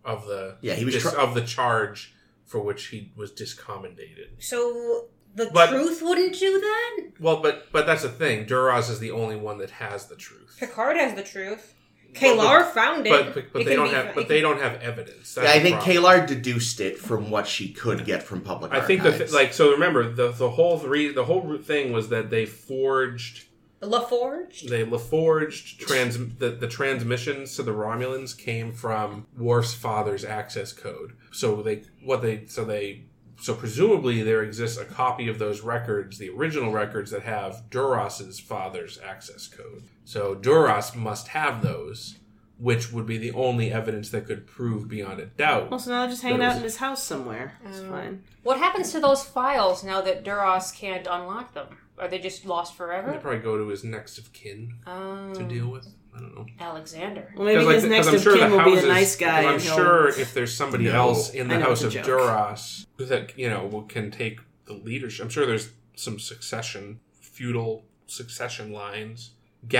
Speaker 5: of the
Speaker 3: Yeah, he was
Speaker 5: dis-
Speaker 3: tr-
Speaker 5: of the charge for which he was discommendated.
Speaker 4: so the
Speaker 5: But-
Speaker 4: truth wouldn't do that.
Speaker 5: Well, but but that's the thing. Duras is the only one that has the truth.
Speaker 4: Picard has the truth.
Speaker 5: Well,
Speaker 4: Kalar
Speaker 5: but-
Speaker 4: found it.
Speaker 5: But but, but
Speaker 4: It
Speaker 5: they
Speaker 4: can
Speaker 5: don't
Speaker 4: be-
Speaker 5: have
Speaker 4: it
Speaker 5: but
Speaker 4: can-
Speaker 5: they don't have evidence. That's
Speaker 3: Yeah, I
Speaker 5: the
Speaker 3: think
Speaker 5: problem.
Speaker 3: Kalar deduced it from what she could get from public.
Speaker 5: I think the th-
Speaker 3: archives.
Speaker 5: like so. Remember the the whole three the whole thing was that they forged
Speaker 4: LaForge.
Speaker 5: they LaForged trans the, the transmissions to the Romulans came from Worf's father's access code. So they what they so they so presumably there exists a copy of those records, the original records that have Duras's father's access code. So Duras must have those, which would be the only evidence that could prove beyond a doubt.
Speaker 1: Well, so now they're just hanging
Speaker 5: That was-
Speaker 1: out in his house somewhere. It's
Speaker 4: Oh.
Speaker 1: fine.
Speaker 4: What happens to those files now that Duros can't unlock them? Are they just lost
Speaker 5: They
Speaker 4: forever?
Speaker 5: probably go to his next of kin
Speaker 4: Um,
Speaker 5: to deal with. I don't know.
Speaker 4: Alexander.
Speaker 1: Well, maybe
Speaker 5: like,
Speaker 1: his next
Speaker 5: I'm
Speaker 1: of
Speaker 5: sure
Speaker 1: kin
Speaker 5: the
Speaker 1: will be
Speaker 5: houses-
Speaker 1: a nice guy.
Speaker 5: I'm
Speaker 1: and he'll-
Speaker 5: sure if there's somebody
Speaker 6: No.
Speaker 5: else in
Speaker 1: I
Speaker 5: the
Speaker 1: know, it's
Speaker 5: house of
Speaker 1: a joke.
Speaker 5: Duras that you know will- can take the leadership. I'm sure there's some succession, feudal succession lines,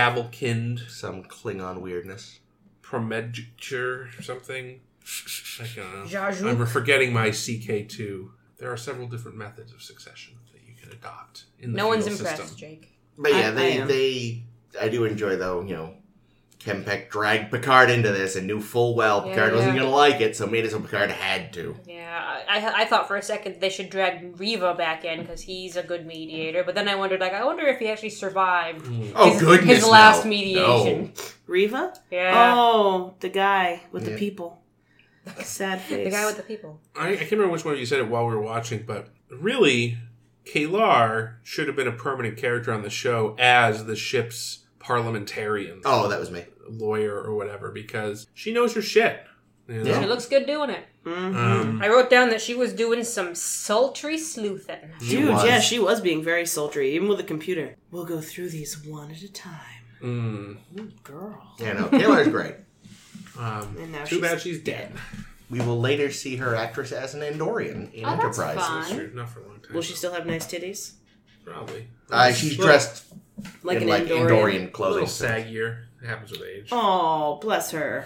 Speaker 5: gavelkind,
Speaker 3: Some Klingon weirdness.
Speaker 5: promedicure, something. I don't know.
Speaker 4: Jajuk.
Speaker 5: I'm forgetting my CK2. There are several different methods of succession that you can adopt in the
Speaker 4: No one's
Speaker 5: feudal
Speaker 4: impressed,
Speaker 5: system.
Speaker 4: Jake.
Speaker 3: But yeah,
Speaker 1: I- I
Speaker 3: they
Speaker 1: am.
Speaker 3: they I do enjoy though, you know, Kempek dragged Picard into this and knew full well
Speaker 4: Yeah,
Speaker 3: Picard wasn't
Speaker 4: yeah.
Speaker 3: gonna like it, so made it so Picard had to.
Speaker 4: Yeah, I, I- I thought for a second they should drag Riva back in because he's a good mediator, but then I wondered, like, I wonder if he actually survived.
Speaker 5: Mm.
Speaker 3: Oh
Speaker 4: His-
Speaker 3: goodness.
Speaker 4: his last
Speaker 3: no.
Speaker 4: mediation.
Speaker 1: Riva?
Speaker 4: Yeah,
Speaker 1: Oh, the guy with
Speaker 3: Yeah.
Speaker 1: *laughs* the people. Sad face.
Speaker 4: the guy with the people.
Speaker 5: I, I can't remember which one of you said it while we were watching, but really, Kalar should have been a permanent character on the show as the ship's parliamentarian,
Speaker 3: No. Oh, that was me.
Speaker 5: lawyer, or whatever, because she knows her shit. You know?
Speaker 3: Yeah.
Speaker 4: She looks good doing it.
Speaker 1: Mhm.
Speaker 5: Um,
Speaker 4: I wrote down that she was doing some sultry sleuthing.
Speaker 3: She
Speaker 1: Dude,
Speaker 3: was.
Speaker 1: yeah, she was being very sultry, even with a computer. We'll go through these one at a time.
Speaker 5: mm,
Speaker 1: Ooh, girl.
Speaker 3: Yeah, no, Taylor's great.
Speaker 5: um,
Speaker 1: And now
Speaker 5: too
Speaker 1: she's
Speaker 5: bad she's dead.
Speaker 3: We will later see her actress as an Andorian in
Speaker 4: Oh, that's
Speaker 3: Enterprise.
Speaker 4: fun.
Speaker 5: Sure, not for a long time.
Speaker 1: Will she still have nice titties?
Speaker 5: Probably.
Speaker 3: Uh, she's
Speaker 5: Well,
Speaker 3: dressed
Speaker 1: Like
Speaker 3: in
Speaker 1: an
Speaker 3: like
Speaker 1: Andorian.
Speaker 3: Andorian,
Speaker 5: a
Speaker 3: clothing,
Speaker 5: little saggier. It happens with age.
Speaker 1: Oh, bless her.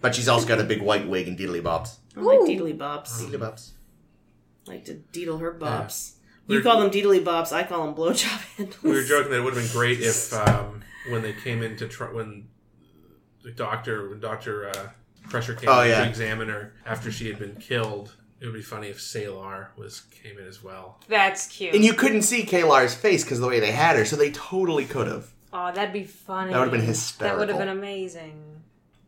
Speaker 3: but she's also got a big white wig and diddly bobs.
Speaker 1: I like
Speaker 4: Ooh.
Speaker 1: deedly bops.
Speaker 3: Diddly bobs.
Speaker 1: like to deedle her bops.
Speaker 5: Yeah.
Speaker 1: You call them deedly bops, I call them blowjob *laughs* handles.
Speaker 5: We were joking that it would have been great if um, when they came in to tr- when the doctor when Doctor uh, Crusher came
Speaker 3: Oh,
Speaker 5: in
Speaker 3: yeah.
Speaker 5: to examine her after she had been killed. It would be funny if Salar was came in as well.
Speaker 4: That's cute.
Speaker 3: And you couldn't see Kalar's face because the way they had her, so they totally could have.
Speaker 4: oh, that'd be funny.
Speaker 3: That would've been
Speaker 4: That would have
Speaker 3: hysterical.
Speaker 4: been amazing.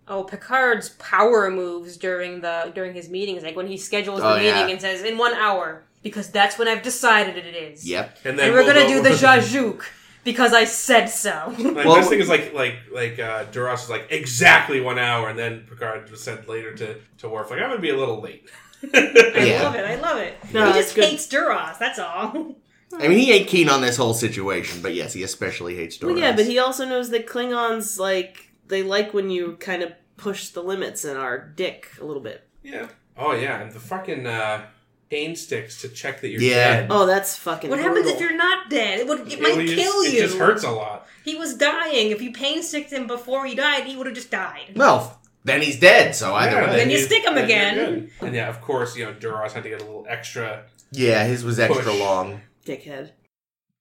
Speaker 4: Oh, Picard's power moves during the during his meetings, like when he schedules the
Speaker 3: Oh,
Speaker 4: meeting
Speaker 3: yeah.
Speaker 4: and says in one hour because that's when I've decided it is.
Speaker 3: Yep.
Speaker 5: And
Speaker 4: And we're
Speaker 5: we'll
Speaker 4: gonna
Speaker 5: go-
Speaker 4: do
Speaker 5: *laughs*
Speaker 4: the Jajuk because I said so. *laughs*
Speaker 5: My
Speaker 3: Well-
Speaker 5: best thing is like like like uh, Duras is like exactly one hour, and then Picard just said later to to Worf like I'm gonna be a little late.
Speaker 4: I
Speaker 3: Yeah.
Speaker 4: love it. I love it.
Speaker 1: No,
Speaker 4: he
Speaker 1: that's
Speaker 4: just
Speaker 1: good.
Speaker 4: hates Duras. That's all. *laughs*
Speaker 3: I mean, he ain't keen on this whole situation, but yes, he especially hates Doris.
Speaker 1: Well, yeah, but he also knows that Klingons like they like when you kind of push the limits and are dick a little bit.
Speaker 5: yeah. Oh yeah, and the fucking uh, pain sticks to check that you're
Speaker 3: Yeah.
Speaker 5: dead.
Speaker 1: Oh, that's fucking.
Speaker 4: What happens if
Speaker 1: brutal.
Speaker 4: you're not dead? It, would, it, might
Speaker 5: was-
Speaker 4: kill you.
Speaker 5: It just hurts a lot.
Speaker 4: He was dying. If you pain sticked him before he died, he would have just died.
Speaker 3: Well, then he's dead, so either
Speaker 5: Yeah,
Speaker 3: way.
Speaker 4: Then you stick 'em
Speaker 5: then you're
Speaker 4: again.
Speaker 5: good. And yeah, of course, you know, Duras had to get a little extra.
Speaker 3: Yeah, his was extra
Speaker 5: Push.
Speaker 3: long.
Speaker 1: dickhead?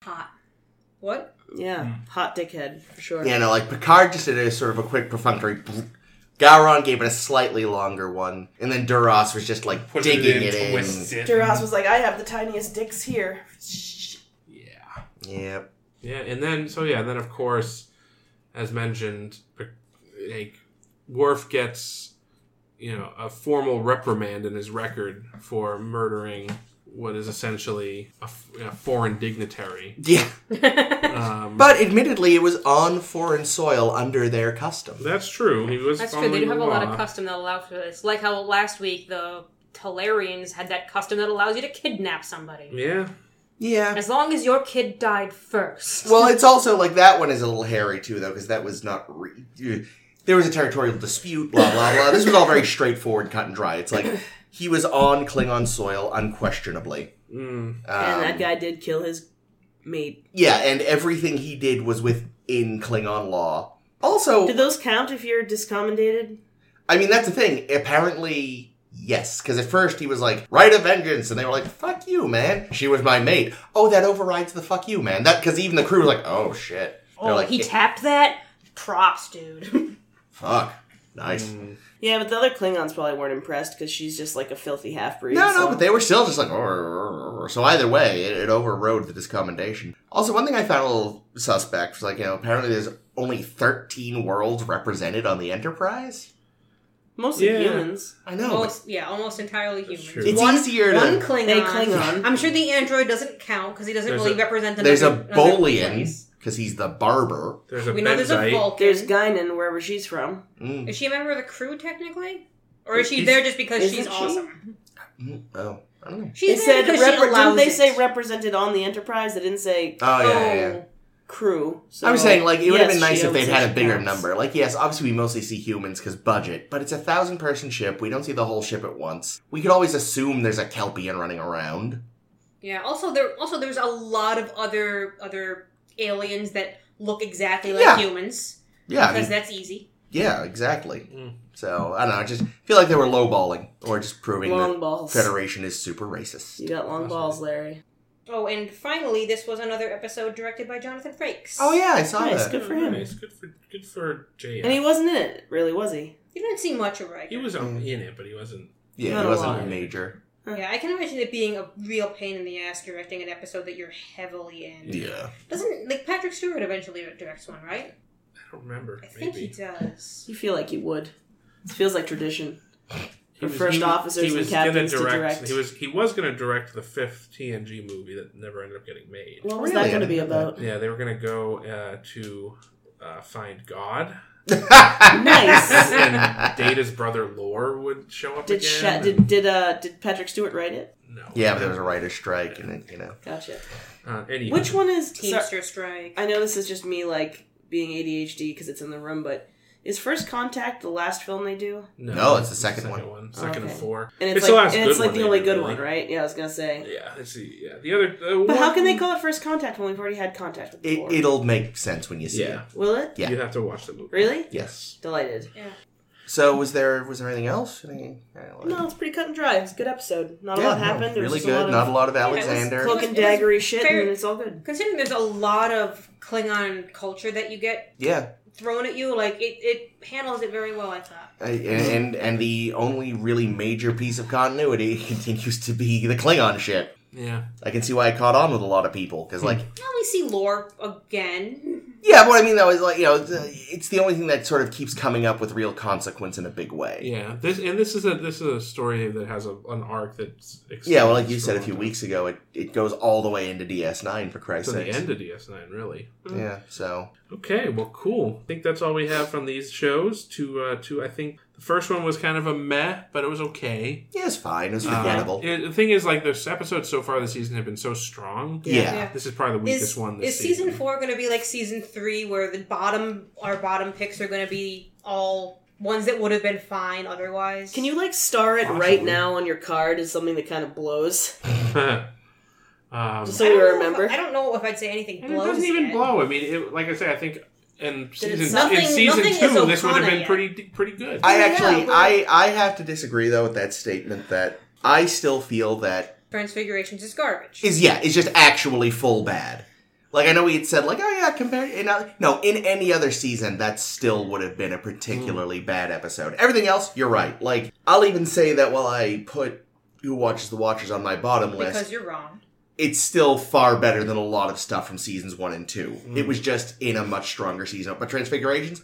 Speaker 4: Hot. What?
Speaker 1: Yeah,
Speaker 3: Mm.
Speaker 1: hot dickhead for sure.
Speaker 3: Yeah, no, like Picard just did a sort of a quick perfunctory. bloop. Gowron gave it a slightly longer one, and then Duras was just like
Speaker 5: Puts
Speaker 3: digging
Speaker 5: it
Speaker 3: it
Speaker 5: in,
Speaker 3: in.
Speaker 5: twists it.
Speaker 1: Duras was like, "I have the tiniest dicks here."
Speaker 5: Yeah.
Speaker 3: Yep.
Speaker 5: Yeah, and then, so yeah, then of course, as mentioned, like, Worf gets, you know, a formal reprimand in his record for murdering what is essentially a, f- a foreign
Speaker 4: *laughs*
Speaker 5: dignitary.
Speaker 3: Yeah,
Speaker 5: Um,
Speaker 3: but admittedly, it was on foreign soil under their custom.
Speaker 5: that's true. He was
Speaker 4: That's true. They do
Speaker 5: following
Speaker 4: have
Speaker 5: the
Speaker 4: a lot
Speaker 5: law.
Speaker 4: of custom that allow for this. Like how last week the Talarians had that custom that allows you to kidnap somebody.
Speaker 5: Yeah.
Speaker 3: Yeah.
Speaker 4: As long as your kid died first.
Speaker 3: Well, it's also like that one is a little hairy too, though, because that was not. Re- you- there was a territorial dispute, blah blah blah. This was all very straightforward, cut and dry. It's like he was on Klingon soil, unquestionably.
Speaker 5: Mm.
Speaker 3: Um,
Speaker 1: and that guy did kill his mate.
Speaker 3: yeah, and everything he did was within Klingon law. Also,
Speaker 1: Do those count if you're discommendated?
Speaker 3: I mean, that's the thing. Apparently, yes, because at first he was like, "Right of vengeance," and they were like, "Fuck you, man." She was my mate. Oh, that overrides the "fuck you, man." That because even the crew was like, "Oh shit." They're
Speaker 4: oh,
Speaker 3: like,
Speaker 4: he
Speaker 3: "Yeah,
Speaker 4: tapped that? Props, dude.
Speaker 3: fuck. Nice.
Speaker 4: Mm.
Speaker 1: Yeah, but the other Klingons probably weren't impressed because she's just like a filthy half breed.
Speaker 3: No, no, but they were still just like, "Arr, arr, arr." so either way, it, it overrode the discommendation. Also, one thing I found a little suspect was like, you know, apparently there's only 13 worlds represented on the Enterprise.
Speaker 1: mostly
Speaker 5: Yeah.
Speaker 1: humans.
Speaker 3: I know. Oh, but
Speaker 4: almost, yeah, almost entirely human.
Speaker 5: true.
Speaker 3: it's
Speaker 4: One,
Speaker 3: easier to.
Speaker 4: one Klingon.
Speaker 1: They Klingon.
Speaker 4: I'm sure the android doesn't count because he doesn't
Speaker 5: There's
Speaker 4: really
Speaker 5: a-
Speaker 4: represent another.
Speaker 3: there's a
Speaker 4: another
Speaker 3: Bolian.
Speaker 4: place.
Speaker 3: because he's the barber.
Speaker 7: There's a
Speaker 4: We know there's a
Speaker 7: Benzite.
Speaker 4: Vulcan.
Speaker 1: There's Guinan, wherever she's from.
Speaker 3: Mm.
Speaker 4: Is she a member of the crew technically, or is she
Speaker 7: She's-
Speaker 4: there just because
Speaker 1: Isn't
Speaker 4: she's
Speaker 1: she?
Speaker 4: awesome?
Speaker 3: Mm. Oh, I don't know.
Speaker 1: It
Speaker 4: She's there
Speaker 1: said
Speaker 4: because
Speaker 1: repre-
Speaker 4: she allows
Speaker 1: didn't they
Speaker 4: it.
Speaker 1: say represented on the Enterprise? They didn't say
Speaker 3: Oh yeah, yeah, yeah.
Speaker 4: Oh.
Speaker 1: crew. Oh, So
Speaker 3: I'm saying like it would have
Speaker 1: yes,
Speaker 3: been nice
Speaker 1: she- I
Speaker 3: if
Speaker 1: would
Speaker 3: they'd
Speaker 1: say
Speaker 3: had
Speaker 1: she
Speaker 3: a bigger
Speaker 1: counts.
Speaker 3: number. Like yes, obviously we mostly see humans because budget, but it's a thousand person ship. We don't see the whole ship at once. We could always assume there's a Kelpian running around.
Speaker 4: Yeah. Also, there also there's a lot of other other aliens that look exactly like
Speaker 3: Yeah.
Speaker 4: humans
Speaker 3: Yeah, I
Speaker 4: because
Speaker 3: mean,
Speaker 4: that's easy.
Speaker 3: yeah, exactly.
Speaker 7: Mm.
Speaker 3: So I don't know. I just feel like they were lowballing or just proving
Speaker 1: long
Speaker 3: that
Speaker 1: balls.
Speaker 3: Federation is super racist.
Speaker 1: You got long balls, Larry.
Speaker 4: Oh, and finally, this was another episode directed by Jonathan Frakes.
Speaker 3: Oh yeah, I saw
Speaker 1: Nice,
Speaker 3: that.
Speaker 1: good for him.
Speaker 7: Nice. Good for good for JF.
Speaker 1: And he wasn't in it, really, was he?
Speaker 4: you didn't see much of Riker.
Speaker 7: He was um,
Speaker 3: Mm.
Speaker 7: in it, but he wasn't.
Speaker 3: Yeah,
Speaker 1: Not
Speaker 3: it
Speaker 1: a
Speaker 3: wasn't
Speaker 1: lot.
Speaker 3: major.
Speaker 4: Yeah, I can imagine it being a real pain in the ass directing an episode that you're heavily in.
Speaker 3: Yeah.
Speaker 4: Doesn't like Patrick Stewart eventually directs one, right?
Speaker 7: I don't remember.
Speaker 4: I think he
Speaker 7: Maybe
Speaker 4: does.
Speaker 1: You feel like he would. It feels like tradition. For
Speaker 7: was-
Speaker 1: first
Speaker 7: he-
Speaker 1: officers
Speaker 7: he
Speaker 1: and
Speaker 7: was gonna
Speaker 1: captains to direct.
Speaker 7: He was he was going to direct the fifth TNG movie that never ended up getting made.
Speaker 1: What was
Speaker 3: Really?
Speaker 1: that going to be
Speaker 3: I didn't know *laughs*
Speaker 1: about?
Speaker 7: Yeah, they were going to go uh, to uh,
Speaker 1: *laughs*
Speaker 7: find God.
Speaker 3: *laughs*
Speaker 1: Nice.
Speaker 7: Data's brother Lore would show up
Speaker 1: Did
Speaker 7: again.
Speaker 1: Sha- did did uh did Patrick Stewart write it?
Speaker 7: no.
Speaker 3: *laughs* yeah, but there was a writer's strike, and it, you know.
Speaker 1: Gotcha.
Speaker 7: Uh, anywho,
Speaker 1: Which one is
Speaker 4: Teamster Strike.
Speaker 1: I know this is just me like being ADHD because it's in the room, but is First Contact the last film they do?
Speaker 7: No,
Speaker 3: No, it's the
Speaker 7: it's
Speaker 3: second one.
Speaker 7: second one. Second
Speaker 1: Okay.
Speaker 7: of four.
Speaker 1: And it's,
Speaker 7: It's the
Speaker 1: like
Speaker 7: last
Speaker 1: and it's
Speaker 7: good
Speaker 1: like
Speaker 7: one
Speaker 1: the
Speaker 7: they
Speaker 1: only
Speaker 7: did,
Speaker 1: good
Speaker 7: really.
Speaker 1: one, right? Yeah, I was gonna say.
Speaker 7: Yeah, let's see. Yeah, the other. Uh,
Speaker 1: But how can they call it First Contact when we've already had contact with
Speaker 3: It,
Speaker 1: before?
Speaker 3: it'll make sense when you see
Speaker 7: Yeah,
Speaker 3: it.
Speaker 1: Will it?
Speaker 3: Yeah.
Speaker 7: you have to watch the movie.
Speaker 1: Really?
Speaker 3: Yes.
Speaker 1: Delighted.
Speaker 3: So was there was there anything else? Any-
Speaker 1: No, it's pretty cut and dry. It's a good episode. Not a
Speaker 3: Yeah,
Speaker 1: lot
Speaker 3: no,
Speaker 1: happened. It was
Speaker 3: really
Speaker 1: just
Speaker 3: good.
Speaker 1: A lot
Speaker 3: Not a lot of
Speaker 4: it was
Speaker 3: Alexander.
Speaker 1: of
Speaker 4: close.
Speaker 1: cloak and
Speaker 4: It was
Speaker 1: daggery shit,
Speaker 4: fair-
Speaker 1: and it's all good.
Speaker 4: Considering there's a lot of Klingon culture that you get
Speaker 3: yeah,
Speaker 4: thrown at you, like it, it handles it very well. I thought.
Speaker 3: I- and and the only really major piece of continuity *laughs* continues to be the Klingon shit.
Speaker 5: Yeah.
Speaker 3: I can see why it caught on with a lot of people because
Speaker 1: Hmm.
Speaker 3: like
Speaker 4: Now we see Lore
Speaker 5: *laughs*
Speaker 4: again.
Speaker 3: yeah, what I mean though is like you know the- it's the only thing that sort of keeps coming up with real consequence in a big way.
Speaker 5: Yeah. This and this is a this is a story that has a, an arc that's
Speaker 3: Yeah, well, like you
Speaker 5: extends
Speaker 3: said a
Speaker 5: for
Speaker 3: few
Speaker 5: long
Speaker 3: weeks ago, it, it goes all the way into DS9 for
Speaker 5: time. to
Speaker 3: Christ's
Speaker 5: the
Speaker 3: sake.
Speaker 5: end of DS9, E really.
Speaker 3: Yeah, so
Speaker 5: Okay, well, cool. I think that's all we have from these shows. To uh, to I think the first one was kind of a meh, but it was okay.
Speaker 3: yeah, it's fine. It was
Speaker 5: Uh,
Speaker 3: forgettable.
Speaker 5: it- the thing is, like, this episodes so far this season have been so strong.
Speaker 3: yeah.
Speaker 4: Yeah.
Speaker 5: This is probably the weakest
Speaker 4: Is,
Speaker 5: one. This
Speaker 4: is season four going to be like season three, where the bottom our bottom picks are going to be all ones that would have been fine otherwise?
Speaker 1: Can you like star it right
Speaker 5: Possibly.
Speaker 1: now on your card as something that kind of blows?
Speaker 5: *laughs* um,
Speaker 1: Just
Speaker 4: I
Speaker 1: so we
Speaker 4: don't know if-
Speaker 1: remember.
Speaker 4: I don't know if I'd say anything
Speaker 5: and it
Speaker 4: blows.
Speaker 5: doesn't even
Speaker 4: yet.
Speaker 5: blow. I mean, it, like I say, I think in season
Speaker 1: nothing-
Speaker 5: in season
Speaker 4: nothing is
Speaker 5: two, this would have
Speaker 4: O'Connor
Speaker 5: been
Speaker 4: yet.
Speaker 5: pretty pretty good.
Speaker 3: I
Speaker 1: Yeah,
Speaker 3: actually,
Speaker 1: but-
Speaker 3: I, I have to disagree though with that statement that I still feel that
Speaker 4: Transfigurations is garbage.
Speaker 3: is yeah, is just actually full bad. Like I know we had said, like oh yeah, compared in other, no in any other season that still would have been a particularly bad episode. Everything else, you're right. Like I'll even say that while I put who watches the Watchers on my bottom list,
Speaker 4: because you're wrong.
Speaker 3: it's still far better than a lot of stuff from seasons one and two. It was just in a much stronger season. But Transfigurations,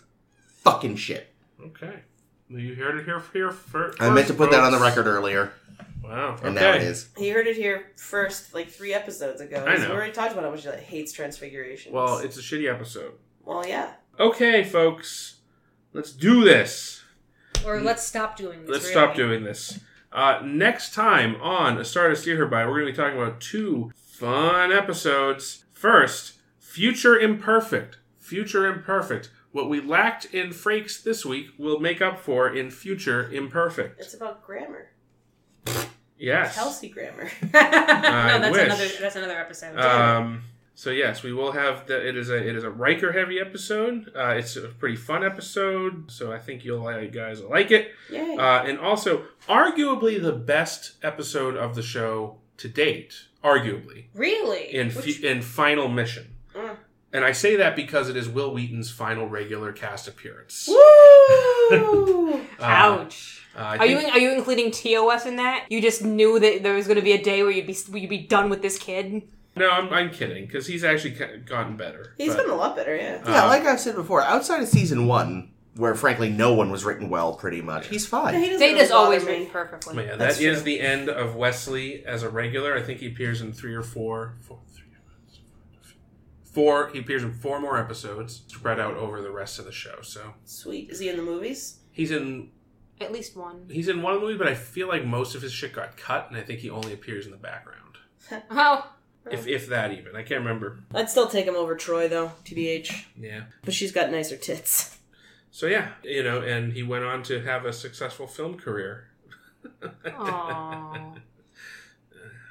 Speaker 3: fucking shit.
Speaker 5: Okay, Well, you heard it here here first.
Speaker 3: I meant to put that on the
Speaker 5: folks.
Speaker 3: record earlier,
Speaker 5: Wow. Okay.
Speaker 3: and now it is.
Speaker 1: He heard it here first, like three episodes ago.
Speaker 5: I know.
Speaker 1: We already talked about how much he like, hates transfigurations.
Speaker 5: Well, it's a shitty episode.
Speaker 1: well, yeah.
Speaker 5: Okay, folks, let's do this.
Speaker 4: Or let's stop doing this.
Speaker 5: Mm. Let's
Speaker 4: really.
Speaker 5: stop
Speaker 4: *laughs*
Speaker 5: doing this. Uh, next time on A Star to Steer Her By, we're going to be talking about two fun episodes. First, Future Imperfect. Future Imperfect. What we lacked in Frakes this week, we'll make up for in Future Imperfect.
Speaker 1: It's about grammar.
Speaker 5: Yes.
Speaker 1: Kelsey grammar.
Speaker 4: no, that's
Speaker 5: wish.
Speaker 4: another. That's another episode.
Speaker 5: Um, so yes, we will have the, it is a it is a Riker heavy episode. Uh, it's a pretty fun episode, so I think you'll uh, you guys will like it.
Speaker 1: Yay.
Speaker 5: uh, and also arguably the best episode of the show to date, arguably
Speaker 4: really?
Speaker 5: in
Speaker 4: Which-
Speaker 5: f in final mission.
Speaker 1: Mm.
Speaker 5: And I say that because it is Will Wheaton's final regular cast appearance.
Speaker 1: Woo!
Speaker 5: Uh,
Speaker 4: Ouch.
Speaker 5: uh, I
Speaker 4: Are you
Speaker 5: think-
Speaker 4: are you including TOS in that? You just knew that there was going to be a day where you'd be where you'd be done with this kid.
Speaker 5: No, I'm, I'm kidding because he's actually ca- gotten better.
Speaker 1: He's
Speaker 5: but-
Speaker 1: been a lot better, yeah.
Speaker 3: Yeah,
Speaker 5: Uh,
Speaker 3: like I've said before, outside of season one, where frankly no one was written well, pretty much, he's fine.
Speaker 1: doesn't
Speaker 4: Data's
Speaker 1: really bother
Speaker 4: always
Speaker 1: me.
Speaker 4: written perfectly.
Speaker 5: but yeah,
Speaker 1: That's
Speaker 5: that is
Speaker 1: true.
Speaker 5: the end of Wesley as a regular. I think he appears in three or four, four, three, four four. He appears in four more episodes, spread out over the rest of the show. So
Speaker 1: Sweet. Is he in the movies?
Speaker 5: he's in
Speaker 4: At least one.
Speaker 5: he's in one movie, but I feel like most of his shit got cut, and I think he only appears in the background,
Speaker 4: *laughs* Oh,
Speaker 5: if if that even. I can't remember.
Speaker 1: I'd still take him over Troy though, TBH.
Speaker 5: Yeah.
Speaker 1: But she's got nicer tits. *laughs*
Speaker 5: So yeah, you know, and he went on to have a successful film career.
Speaker 4: Aww.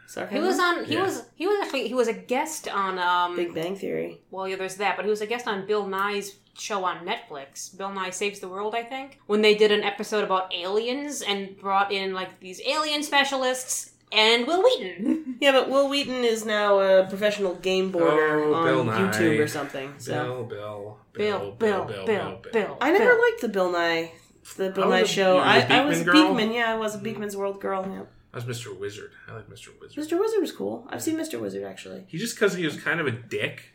Speaker 1: Sorry.
Speaker 4: he was on. He
Speaker 5: Yeah.
Speaker 4: was. He was actually. He was a guest on. Um.
Speaker 1: Big Bang Theory.
Speaker 4: Well, yeah, there's that, but he was a guest on Bill Nye's show on Netflix, Bill Nye Saves the World, I think, when they did an episode about aliens and brought in like these alien specialists and Will
Speaker 1: *laughs*
Speaker 4: Wheaton.
Speaker 1: Yeah, but Will Wheaton is now a professional game boarder
Speaker 5: Oh,
Speaker 1: on
Speaker 5: Bill Nye.
Speaker 1: YouTube or something. So
Speaker 5: Bill, Bill,
Speaker 4: Bill, Bill, Bill, Bill,
Speaker 1: I never liked the Bill Nye the Bill
Speaker 5: I was
Speaker 1: Nye
Speaker 5: a-
Speaker 1: show.
Speaker 5: you were a
Speaker 1: I, I was a
Speaker 5: Beekman girl?
Speaker 1: Beekman, yeah, I was a Beekman's World girl. Yeah.
Speaker 5: That's Mr. Wizard. I like Mr. Wizard.
Speaker 1: Mr. Wizard was cool. I've seen Mr. Wizard actually.
Speaker 5: He just because he was kind of a dick.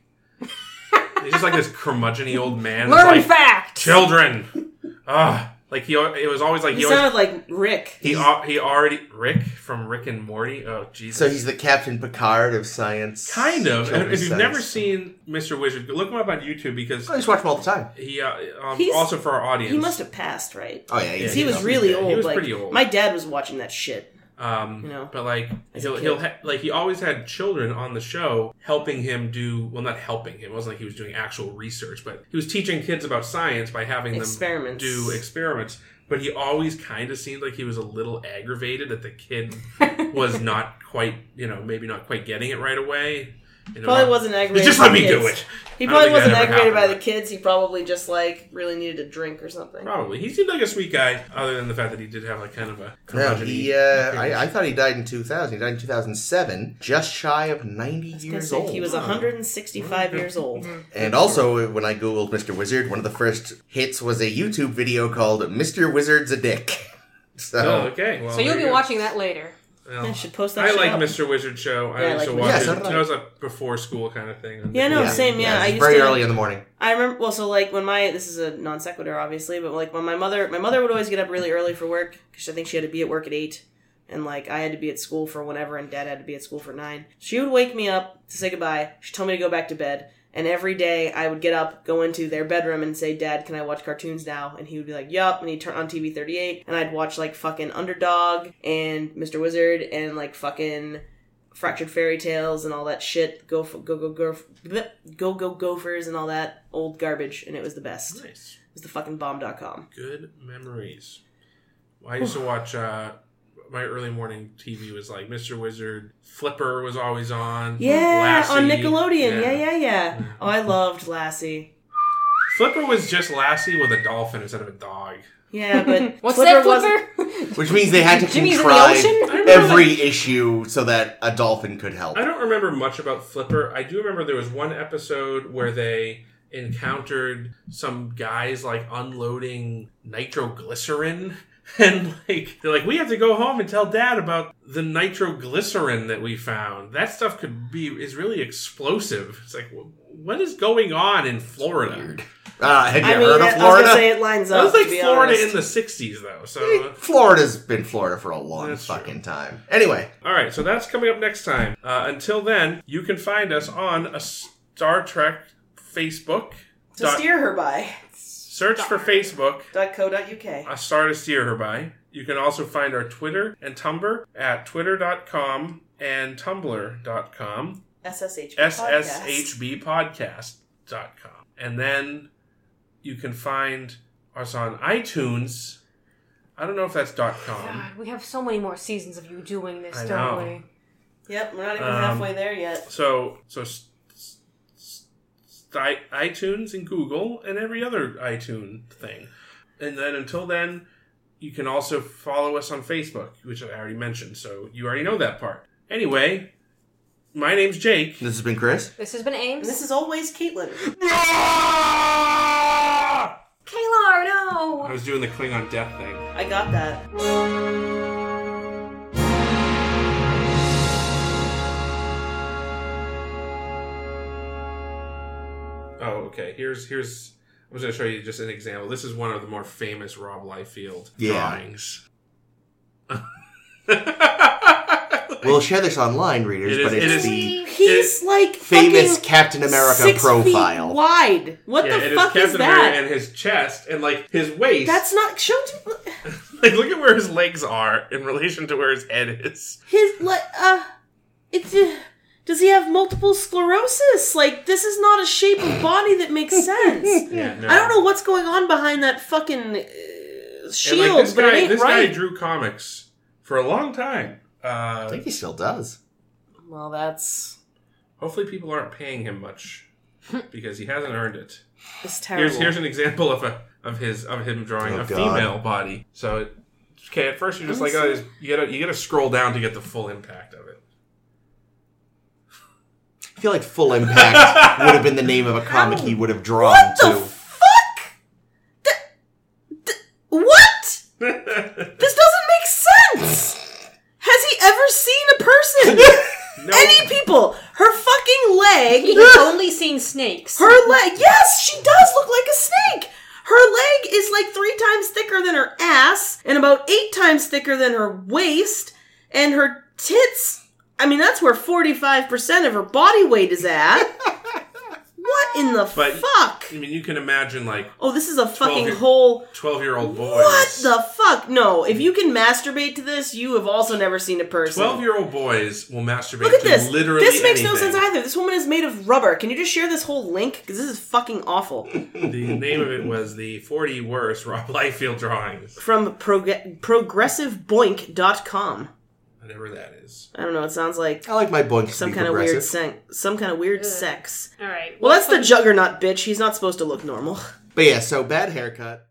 Speaker 5: He's just like this curmudgeon old man. that's
Speaker 4: Learn
Speaker 5: like,
Speaker 4: facts.
Speaker 5: Children. Ugh. Like he, al- it was always like
Speaker 1: He
Speaker 5: he, always,
Speaker 1: sounded like Rick.
Speaker 5: he, al- he already Rick from Rick and Morty. Oh Jesus.
Speaker 3: So he's the Captain Picard of science.
Speaker 5: kind of. If
Speaker 3: children's
Speaker 5: you've
Speaker 3: science.
Speaker 5: never seen Mr. Wizard, look him up on YouTube because
Speaker 3: I just watch him all the time.
Speaker 5: he uh, um,
Speaker 1: He's-
Speaker 5: also for our audience.
Speaker 1: He must have passed, right?
Speaker 3: Oh yeah,
Speaker 1: He
Speaker 5: Yeah,
Speaker 1: was
Speaker 5: he
Speaker 1: really
Speaker 5: did. He
Speaker 1: old.
Speaker 5: was
Speaker 1: like,
Speaker 5: pretty old.
Speaker 1: My dad was watching that shit.
Speaker 5: Um,
Speaker 1: You know,
Speaker 5: but like
Speaker 1: as a
Speaker 5: he'll
Speaker 1: kid.
Speaker 5: he'll ha- like he always had children on the show helping him do well, not helping him. It wasn't like he was doing actual research, but he was teaching kids about science by having
Speaker 1: Experiments.
Speaker 5: them do experiments. But he always kind of seemed like he was a little aggravated that
Speaker 1: *laughs*
Speaker 5: the kid was not quite, you know, maybe not quite getting it right away. You know,
Speaker 1: Probably
Speaker 5: not-
Speaker 1: wasn't aggravated.
Speaker 5: Just
Speaker 1: by
Speaker 5: let
Speaker 1: the
Speaker 5: me do
Speaker 1: kids.
Speaker 5: it.
Speaker 1: He
Speaker 5: I don't
Speaker 1: probably
Speaker 5: think that
Speaker 1: wasn't
Speaker 5: ever
Speaker 1: aggravated by the
Speaker 5: happened.
Speaker 1: kids. He probably just like really needed a drink or something.
Speaker 5: Probably he seemed like a sweet guy, other than the fact that he did have like kind of a
Speaker 3: No,
Speaker 5: curmudgeon-y
Speaker 3: he. Uh,
Speaker 5: appearance.
Speaker 3: I, I thought he died in 2000. He died in 2007, just shy of 90
Speaker 1: I was
Speaker 3: years
Speaker 1: gonna
Speaker 3: old.
Speaker 1: say he was
Speaker 5: Mm-hmm.
Speaker 1: 165 years old.
Speaker 3: and also, when I googled Mr. Wizard, one of the first hits was a YouTube video called "Mr. Wizard's a Dick." *laughs*
Speaker 5: Oh,
Speaker 3: So
Speaker 5: okay. Well,
Speaker 4: So you'll
Speaker 5: there
Speaker 4: be
Speaker 5: you go.
Speaker 4: watching that later.
Speaker 5: Well,
Speaker 1: I should post that.
Speaker 5: I
Speaker 1: shit
Speaker 5: like
Speaker 1: up.
Speaker 5: Mr. Wizard show. I
Speaker 1: Yeah, I
Speaker 5: used to
Speaker 1: like Mr.
Speaker 5: watch
Speaker 3: Wizard.
Speaker 5: it.
Speaker 3: Yeah, so did I.
Speaker 5: That was a before school kind of thing.
Speaker 1: Yeah, no,
Speaker 3: Yeah.
Speaker 1: same. Yeah, I used
Speaker 3: very
Speaker 1: to.
Speaker 3: early in the morning.
Speaker 1: I remember. Well, so like when my this is a non sequitur, obviously, but like when my mother, my mother would always get up really early for work because I think she had to be at work at eight, and like I had to be at school for whenever, and Dad had to be at school for nine. She would wake me up to say goodbye. She told me to go back to bed, and every day I would get up, go into their bedroom, and say, "Dad, can I watch cartoons now?" And he would be like, "Yup," and he'd turn on TV thirty eight, and I'd watch like fucking Underdog and Mr. Wizard and like fucking fractured fairy tales and all that shit. Go for, go go go bleh, go go gophers and all that old garbage, and it was the best. It
Speaker 5: Nice.
Speaker 1: was the fucking bomb.com.
Speaker 5: Good memories. Well, I used to watch. Uh, my early morning TV was like Mr. Wizard. Flipper was always on.
Speaker 1: Yeah, on
Speaker 5: Lassie.
Speaker 1: Nickelodeon. Yeah. yeah, yeah,
Speaker 5: Yeah.
Speaker 1: Oh, I loved Lassie.
Speaker 5: Flipper was just Lassie with a dolphin instead of a dog.
Speaker 1: Yeah,
Speaker 5: *laughs*
Speaker 1: but
Speaker 4: What's
Speaker 1: Flipper wasn't-
Speaker 4: that, Flipper?
Speaker 3: Which means they had to
Speaker 4: *laughs* Jimmy's in the
Speaker 3: contrive
Speaker 4: ocean?
Speaker 3: every issue so that a dolphin could help.
Speaker 5: I don't remember much about Flipper. I do remember there was one episode where they encountered some guys like unloading nitroglycerin *laughs* and like they're like we have to go home and tell dad about the nitroglycerin that we found that stuff could be is really explosive it's like wh- what is going on in florida
Speaker 3: Uh, have you
Speaker 1: I mean,
Speaker 3: heard
Speaker 1: I,
Speaker 3: of
Speaker 1: I was
Speaker 3: Florida?
Speaker 1: gonna say it lines
Speaker 5: that
Speaker 1: up.
Speaker 5: was like
Speaker 1: to be
Speaker 5: florida
Speaker 1: honest.
Speaker 5: in the 60s though so uh,
Speaker 3: Florida's been Florida for a long
Speaker 5: That's true.
Speaker 3: fucking time. Anyway,
Speaker 5: All right, so that's coming up next time. Uh, until then, you can find us on a Star Trek Facebook.
Speaker 1: to steer her by *laughs*
Speaker 5: search for Facebook,
Speaker 1: dot co dot uk.
Speaker 5: a star to steer her by. You can also find our Twitter and Tumblr at twitter.com and tumblr.com,
Speaker 1: SSH.
Speaker 5: sshbpodcast.com. And then you can find us on iTunes. I don't know if that's dot .com.
Speaker 4: God, we have so many more seasons of you doing this,
Speaker 5: Um, I
Speaker 4: don't
Speaker 5: know.
Speaker 4: we?
Speaker 1: Yep, we're not even
Speaker 5: Um,
Speaker 1: halfway there yet.
Speaker 5: So so s- s- s- i- iTunes and Google and every other iTunes thing. And then until then, you can also follow us on Facebook, which I already mentioned. So you already know that part. Anyway, my name's Jake.
Speaker 3: *laughs* this has been Chris.
Speaker 4: This has been
Speaker 1: And
Speaker 4: Ames.
Speaker 1: this is always Caitlin.
Speaker 4: Kalar, no.
Speaker 8: I
Speaker 1: *laughs*
Speaker 8: was doing the Klingon death thing.
Speaker 1: I got that.
Speaker 5: Oh, okay. Here's here's. I was going to show you just an example. This is one of the more famous *laughs* Rob Liefeld
Speaker 3: Yeah.
Speaker 5: drawings.
Speaker 3: We'll share this online, readers,
Speaker 5: It is-
Speaker 3: but it's
Speaker 5: it is-
Speaker 3: the
Speaker 1: He's like
Speaker 3: famous
Speaker 1: fucking
Speaker 3: Captain America
Speaker 1: six feet
Speaker 3: profile.
Speaker 1: wide. What
Speaker 5: yeah,
Speaker 1: the
Speaker 5: it is
Speaker 1: fuck
Speaker 5: Captain
Speaker 1: is, that?
Speaker 5: America and his chest and like his waist.
Speaker 1: That's not show to
Speaker 5: *laughs* like look at where his legs are in relation to where his head is.
Speaker 1: his like uh. It's uh, does he have multiple sclerosis? Like this is not a shape of body that makes sense.
Speaker 5: Yeah, no.
Speaker 1: I don't know what's going on behind that fucking uh,
Speaker 5: And,
Speaker 1: shield,
Speaker 5: like, this
Speaker 1: but
Speaker 5: guy,
Speaker 1: it ain't
Speaker 5: this
Speaker 1: right.
Speaker 5: guy drew comics for a long time.
Speaker 3: I
Speaker 5: Uh,
Speaker 3: think he still does.
Speaker 1: well, that's
Speaker 5: hopefully, people aren't paying him
Speaker 1: *laughs*
Speaker 5: much because he hasn't earned it.
Speaker 1: it's terrible.
Speaker 5: Here's here's an example of a of his of him drawing
Speaker 3: Oh,
Speaker 5: a
Speaker 3: God.
Speaker 5: female body. So it- okay, at first you're just
Speaker 1: I'm
Speaker 5: like, oh, this- you gotta you gotta scroll down to get the full
Speaker 1: *laughs*
Speaker 5: impact of it.
Speaker 3: I feel like Full
Speaker 5: *laughs*
Speaker 3: Impact would have been the name of a comic he would have drawn
Speaker 1: what the
Speaker 3: to.
Speaker 1: fuck? Th- th- what? This doesn't make sense. Has he ever seen a person?
Speaker 5: *laughs* No,
Speaker 1: Any people? Her fucking leg.
Speaker 4: He's
Speaker 5: *laughs*
Speaker 4: only seen snakes.
Speaker 1: Her leg. Yes, she does look like a snake. Her leg is like three times thicker than her ass, and about eight times thicker than her waist, and her tits. I mean, that's where forty-five percent of her body weight is at. what in the
Speaker 5: But-
Speaker 1: fuck?
Speaker 5: I mean you can imagine like
Speaker 1: Oh, this is a fucking
Speaker 5: year-
Speaker 1: whole.
Speaker 5: twelve year old boys.
Speaker 1: What the fuck? No, if you can masturbate to this, you have also never seen a person.
Speaker 5: Twelve year old boys will masturbate
Speaker 1: Look at
Speaker 5: to
Speaker 1: this.
Speaker 5: literally
Speaker 1: This makes no
Speaker 5: anything.
Speaker 1: sense either. This woman is made of rubber. Can you just share this whole link? Because this is fucking awful.
Speaker 5: The name of it was the forty worst Rob Liefeld drawings.
Speaker 1: From prog- progressiveboink.com.
Speaker 5: Whatever that is.
Speaker 1: I don't know. It sounds like
Speaker 3: I like my boinks to
Speaker 1: some
Speaker 3: be
Speaker 1: kind of weird
Speaker 3: progressive.
Speaker 1: sex. Some kind of weird sex.
Speaker 4: All right.
Speaker 1: Well, that's the
Speaker 4: fuck-
Speaker 1: juggernaut bitch. He's not supposed to look normal.
Speaker 3: But yeah, so bad haircut.